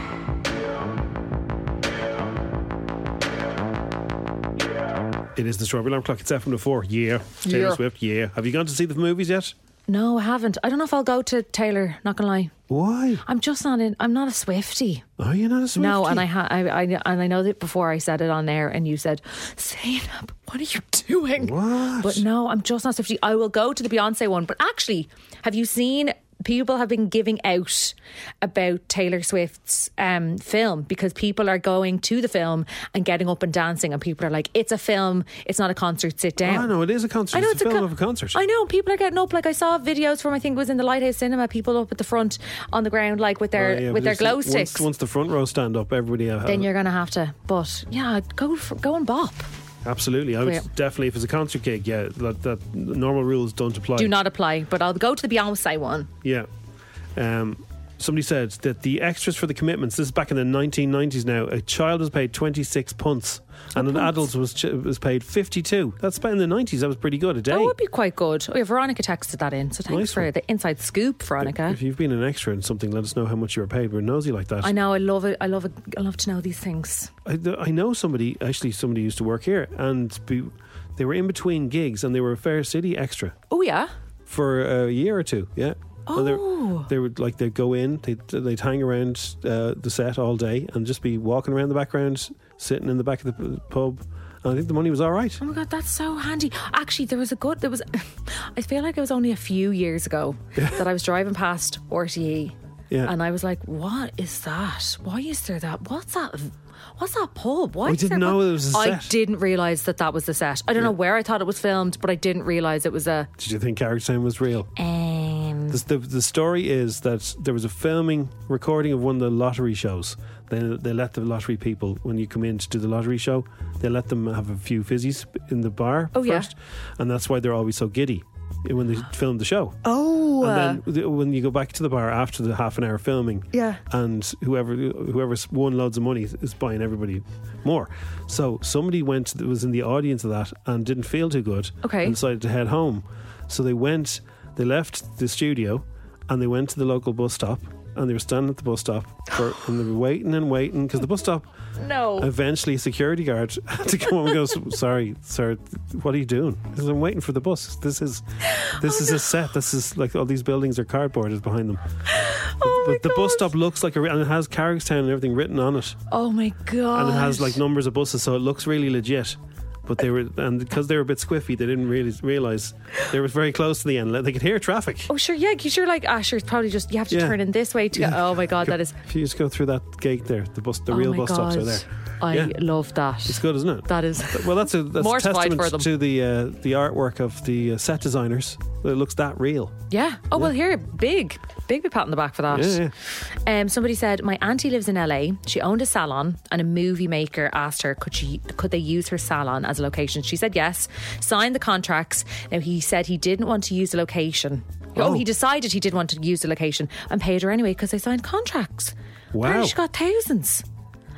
Speaker 2: It is the strawberry alarm clock. It's F104. Yeah. Taylor
Speaker 3: Yeah.
Speaker 2: oh Swift. Yeah. Have you gone to see the movies yet?
Speaker 3: No, I haven't. I don't know if I'll go to Taylor. Not gonna lie,
Speaker 2: Why?
Speaker 3: I'm just not in. I'm not a Swifty.
Speaker 2: Are you Oh, not a Swifty?
Speaker 3: No, and I, ha- I, I and I know that before I said it on air, and you said, "Zainab, what are you doing?"
Speaker 2: What?
Speaker 3: But no, I'm just not Swifty. I will go to the Beyonce one. But actually, have you seen? People have been giving out about Taylor Swift's um, film because people are going to the film and getting up and dancing, and people are like, "It's a film. It's not a concert. Sit down."
Speaker 2: I know it is a concert. I know it's, a film
Speaker 3: co-
Speaker 2: of a concert.
Speaker 3: I know people are getting up. Like I saw videos from I think it was in the Lighthouse Cinema. People up at the front on the ground, like with
Speaker 2: Oh,
Speaker 3: their
Speaker 2: yeah, but
Speaker 3: with their
Speaker 2: it's-
Speaker 3: glow
Speaker 2: once-
Speaker 3: sticks.
Speaker 2: Once, the front row stand up, everybody. uh,
Speaker 3: then you're gonna have to. But yeah, I'd go for, go and bop.
Speaker 2: absolutely. I would
Speaker 3: Yeah.
Speaker 2: definitely if it's a concert gig. Yeah, that, that normal rules don't apply.
Speaker 3: Do not apply, but I'll go to the Beyonce one.
Speaker 2: Yeah. Um, somebody said that the extras for the commitments, this is back in the 1990s now, a child was paid 26 punts
Speaker 3: Oh,
Speaker 2: and an adult was, ch- was paid 52. That's back in the 90s. That was pretty good a day.
Speaker 3: That would be quite good. Oh, yeah, Veronica texted that in, so thanks
Speaker 2: Nice
Speaker 3: for
Speaker 2: one.
Speaker 3: the inside scoop, Veronica.
Speaker 2: if you've been an extra in something, let us know how much you were paid. We're nosy like that.
Speaker 3: I know. I love it. I love it. I love to know these things.
Speaker 2: I, th- I know somebody, actually, somebody used to work here and be, they were in between gigs and they were a Fair City extra.
Speaker 3: Oh yeah.
Speaker 2: for a year or two. Yeah. And they-
Speaker 3: Oh.
Speaker 2: They would like they'd go in, they'd, they'd hang around uh, the set all day and just be walking around the background, sitting in the back of the p- pub. And I think the money was all right.
Speaker 3: Oh my god, that's so handy. Actually, there was a good. There was. *laughs* I feel like it was only a few years
Speaker 2: *laughs*
Speaker 3: ago that I was driving past RTE,
Speaker 2: Yeah.
Speaker 3: and I was like, "What is that? Why is there that? What's that? What's that pub? Why?"
Speaker 2: I
Speaker 3: is there
Speaker 2: didn't know
Speaker 3: what-"
Speaker 2: it was a
Speaker 3: I
Speaker 2: set.
Speaker 3: didn't realize that that was the set. I don't know where I thought it was filmed, but I didn't realize it was a.
Speaker 2: Did you think Carriage Sound was real?
Speaker 3: Um,
Speaker 2: The, the, the story is that there was a filming recording of one of the lottery shows. Then they let the lottery people, when you come in to do the lottery show, they let them have a few fizzies in the bar
Speaker 3: Oh, yeah.
Speaker 2: first. And that's why they're always so giddy when they film the show.
Speaker 3: oh,
Speaker 2: And then th- when you go back to the bar after the half an hour filming,
Speaker 3: Yeah.
Speaker 2: and whoever whoever's won loads of money is buying everybody more. So somebody went that was in the audience of that and didn't feel too good.
Speaker 3: Okay.
Speaker 2: and decided to head home. So they went, they left the studio, and they went to the local bus stop, and they were standing at the bus stop, for, and they were waiting and waiting because the bus stop.
Speaker 3: no.
Speaker 2: Eventually, a security guard *laughs* had to come up and go, "Sorry, sir, what are you doing?" He says, "I'm waiting for the bus. This is, this is a set. This is like all these buildings are cardboard is behind them.
Speaker 3: Oh my
Speaker 2: but the bus
Speaker 3: God.
Speaker 2: stop looks like a, re- and it has Carrickstown and everything written on it,
Speaker 3: Oh my god.
Speaker 2: and it
Speaker 3: Oh,
Speaker 2: has like numbers of buses, so it looks really legit." But they were, and because they were a bit squiffy, they didn't really realize they were very close to the end. Like, They could hear traffic.
Speaker 3: Oh sure, yeah, 'cause you're like, ah, sure, it's probably just you have to
Speaker 2: Yeah.
Speaker 3: turn in this way to. Go. Oh my god, that is.
Speaker 2: If you just go through that gate there, the bus, the
Speaker 3: oh
Speaker 2: real
Speaker 3: my
Speaker 2: bus stops are
Speaker 3: God.
Speaker 2: there.
Speaker 3: I
Speaker 2: Yeah.
Speaker 3: love that.
Speaker 2: It's good, isn't it?
Speaker 3: That is.
Speaker 2: Well, that's a that's a
Speaker 3: Mortified
Speaker 2: testament
Speaker 3: for them.
Speaker 2: to the uh, the artwork of the uh, set designers. That It looks that real.
Speaker 3: Yeah. Oh well, here, big, big, big pat on the back for that.
Speaker 2: Yeah,
Speaker 3: Um, somebody said my auntie lives in LA. She owned a salon, and a movie maker asked her could she could they use her salon as a location. She said yes. Signed the contracts. Now he said he didn't want to use the location. Oh,
Speaker 2: Oh.
Speaker 3: he decided he did want to use the location and paid her anyway because they signed contracts.
Speaker 2: Wow.
Speaker 3: Apparently she got thousands.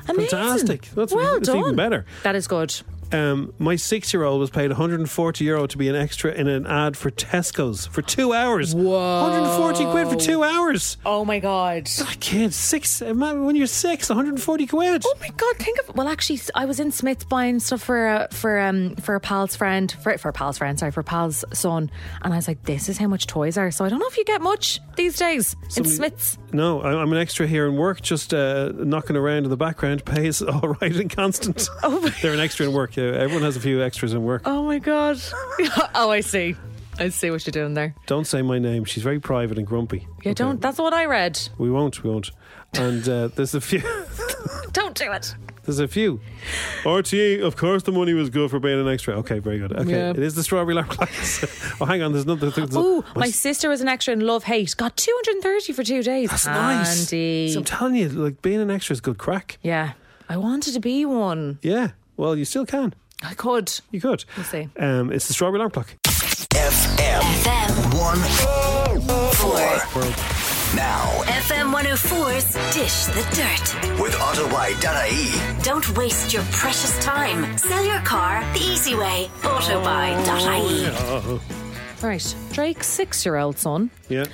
Speaker 3: Amazing.
Speaker 2: Fantastic. That's-
Speaker 3: well
Speaker 2: that's
Speaker 3: done.
Speaker 2: even better.
Speaker 3: That is good.
Speaker 2: Um, my six year old was paid 140 euro to be an extra in an ad for Tesco's for two hours. Whoa! 140 quid for two hours.
Speaker 3: Oh my god.
Speaker 2: That kid, six. imagine When you're six, 140 quid.
Speaker 3: Oh my god! Think of well, actually, I was in Smith's buying stuff for a, for um for a pal's friend for for a pal's friend, sorry, for a pal's son, and I was like, this is how much toys are. So I don't know if you get much these days in Smith's. *laughs*
Speaker 2: No, I- I'm an extra here in work, just uh, knocking around in the background. *laughs* Pays all right and constant. They're an extra in work. Yeah, everyone has a few extras in work.
Speaker 3: Oh my god! oh, I see. I see what you're doing there.
Speaker 2: Don't say my name. She's very private and grumpy.
Speaker 3: You don't. That's what I read.
Speaker 2: We won't. We won't. And uh, there's a few. *laughs*
Speaker 3: Don't do it.
Speaker 2: There's a few. RTE, of course, the money was good for being an extra. Okay, very good. Okay,
Speaker 3: Yeah.
Speaker 2: it is the strawberry alarm clock. *laughs* oh, hang on, there's another thing. there's-
Speaker 3: Oh, my
Speaker 2: s-
Speaker 3: sister was an extra in Love Hate. Got 230 for two days.
Speaker 2: that's nice.
Speaker 3: Handy.
Speaker 2: So I'm telling you, like being an extra is good crack.
Speaker 3: yeah, I wanted to be one.
Speaker 2: Yeah. Well, you still can.
Speaker 3: I could.
Speaker 2: You could.
Speaker 3: We'll see.
Speaker 2: Um, it's the strawberry alarm clock.
Speaker 4: FM
Speaker 1: FM
Speaker 4: 104. Now,
Speaker 1: FM 104's Dish the Dirt.
Speaker 4: with Ottawai.ie,
Speaker 1: Don't waste your precious time. Sell your car the easy way. Autobuy.ie.
Speaker 3: Right, Drake's six-year-old son
Speaker 2: Yeah.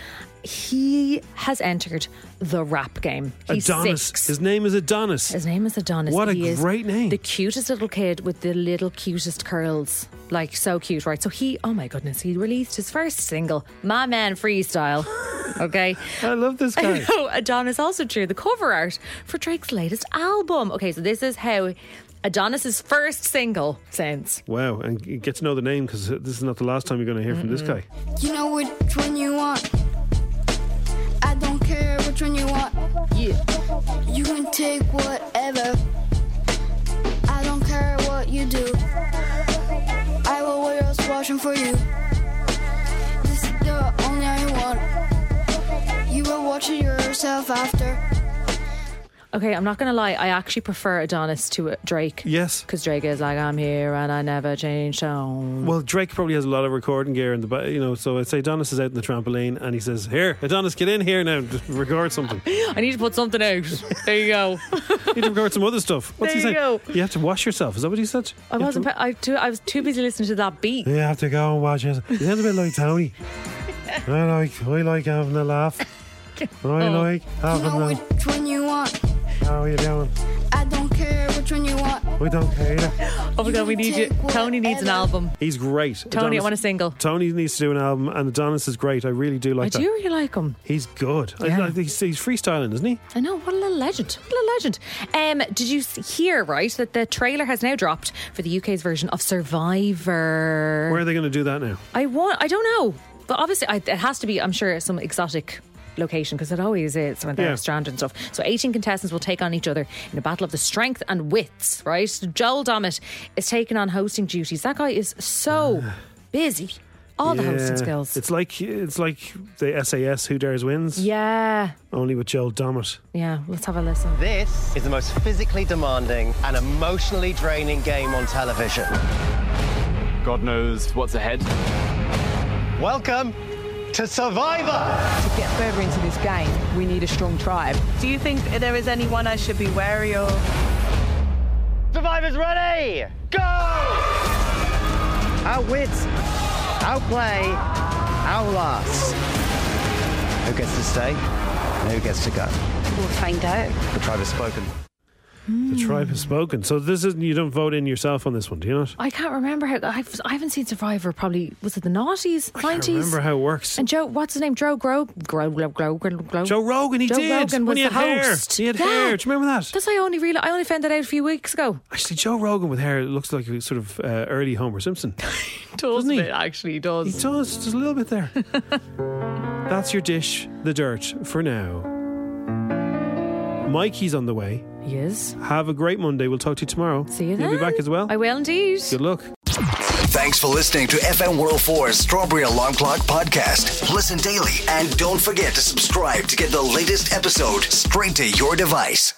Speaker 3: he has entered the rap game. He's
Speaker 2: Adonis.
Speaker 3: six.
Speaker 2: His name is Adonis.
Speaker 3: His name is Adonis.
Speaker 2: What a
Speaker 3: He is
Speaker 2: great name.
Speaker 3: The cutest little kid with the little cutest curls. Like, so cute, right? So he, oh my goodness, he released his first single, My
Speaker 2: *gasps*
Speaker 3: Man Freestyle. Okay.
Speaker 2: I love this
Speaker 3: I *laughs*
Speaker 2: guy.
Speaker 3: know. Adonis also drew the cover art for Drake's latest album. Okay, so this is how Adonis's first single sounds.
Speaker 2: Wow, and you get to know the name because this is not the last time you're going to hear from this
Speaker 3: Mm-hmm.
Speaker 2: guy.
Speaker 9: You know which one you want. I don't care which one you want.
Speaker 3: Yeah.
Speaker 9: You can take whatever. I don't care what you do. I will wear a washing for you. This is the only I want. You will watch it yourself after.
Speaker 3: Okay, I'm not gonna lie. I actually prefer Adonis to uh, Drake.
Speaker 2: Yes.
Speaker 3: Because Drake is like, I'm here and I never change tone.
Speaker 2: Well, Drake probably has a lot of recording gear in the back, you know. So I'd say Adonis is out in the trampoline, and he says, "Here, Adonis, get in here now, just record
Speaker 3: *laughs*
Speaker 2: something. You
Speaker 3: I need to put something out. There you go.
Speaker 2: need to record some other stuff." What's he saying?
Speaker 3: There you go.
Speaker 2: You have to wash yourself. Is that what he said?
Speaker 3: I
Speaker 2: You have
Speaker 3: wasn't.
Speaker 2: to-
Speaker 3: Pe- I, too, I was too busy listening to that beat.
Speaker 2: You have to go and wash yourself. He sounds a bit like
Speaker 3: *laughs*
Speaker 2: Tony. I like, I like having a laugh.
Speaker 3: Oh.
Speaker 2: I like
Speaker 9: You
Speaker 2: having a
Speaker 9: know
Speaker 2: laugh.
Speaker 9: which one you want.
Speaker 2: How are you doing?
Speaker 9: I don't care which one you want.
Speaker 2: We don't care.
Speaker 3: Oh my god, we need you. Tony needs an album.
Speaker 2: He's great.
Speaker 3: Tony, I
Speaker 2: Adonis-
Speaker 3: want a single.
Speaker 2: Tony needs to do an album, and Adonis is great. I really do like
Speaker 3: I
Speaker 2: that.
Speaker 3: do really like him.
Speaker 2: He's good. I-
Speaker 3: Yeah.
Speaker 2: I, think he's, he's freestyling, isn't he?
Speaker 3: I know. What a little legend. What a little legend. Um, did you s- hear right that the trailer has now dropped for the UK's version of Survivor?
Speaker 2: Where are they going to do that now?
Speaker 3: I want. I don't know, but obviously I, it has to be. I'm sure some exotic location because it always is when they're
Speaker 2: Yeah.
Speaker 3: stranded and stuff. So 18 contestants will take on each other in a battle of the strength and wits. Right, Joel Dommett is taking on hosting duties. That guy is
Speaker 2: *sighs*
Speaker 3: so busy. All the hosting
Speaker 2: Yeah.
Speaker 3: skills.
Speaker 2: It's like it's like the SAS Who Dares Wins,
Speaker 3: yeah,
Speaker 2: only with Joel Dommett.
Speaker 3: yeah. Let's have a listen.
Speaker 10: This is the most physically demanding and emotionally draining game on television.
Speaker 11: God knows what's ahead.
Speaker 10: Welcome to Survivor!
Speaker 7: To get further into this game, we need a strong tribe. Do you think there is anyone I should be wary of?
Speaker 10: Survivor's ready! Go! Outwit, outplay, outlast. Who gets to stay? And who gets to go?
Speaker 9: We'll find out.
Speaker 10: The tribe has spoken.
Speaker 2: The
Speaker 3: Mm.
Speaker 2: tribe has spoken. So this isn't you don't vote in yourself on this one, do you not?
Speaker 3: I can't remember how I've, I haven't seen Survivor. Probably was it the noughties,
Speaker 2: I can't
Speaker 3: nineties?
Speaker 2: remember how it works.
Speaker 3: And Joe, what's his name? Joe Gro, Gro, Gro, Gro, Gro, Gro.
Speaker 2: Joe Rogan, he
Speaker 3: Joe
Speaker 2: did
Speaker 3: Rogan
Speaker 2: when
Speaker 3: was
Speaker 2: he had
Speaker 3: the
Speaker 2: hair.
Speaker 3: host.
Speaker 2: He had
Speaker 3: Yeah.
Speaker 2: hair. Do you remember that?
Speaker 3: That's why I only real I only found that out a few weeks ago.
Speaker 2: Actually, Joe Rogan with hair looks like a sort of uh, early Homer Simpson.
Speaker 3: Doesn't
Speaker 2: he?
Speaker 3: Actually,
Speaker 2: he
Speaker 3: *laughs* does.
Speaker 2: does just a little bit
Speaker 3: *laughs*
Speaker 2: there. That's your dish, the dirt for now. Mikey's on the way.
Speaker 3: He is.
Speaker 2: Have a great Monday. We'll talk to you tomorrow.
Speaker 3: See you then.
Speaker 2: You'll be back as well.
Speaker 3: I will indeed.
Speaker 2: Good luck.
Speaker 4: Thanks for listening to FM World 4's Strawberry Alarm Clock podcast. Listen daily and don't forget to subscribe to get the latest episode straight to your device.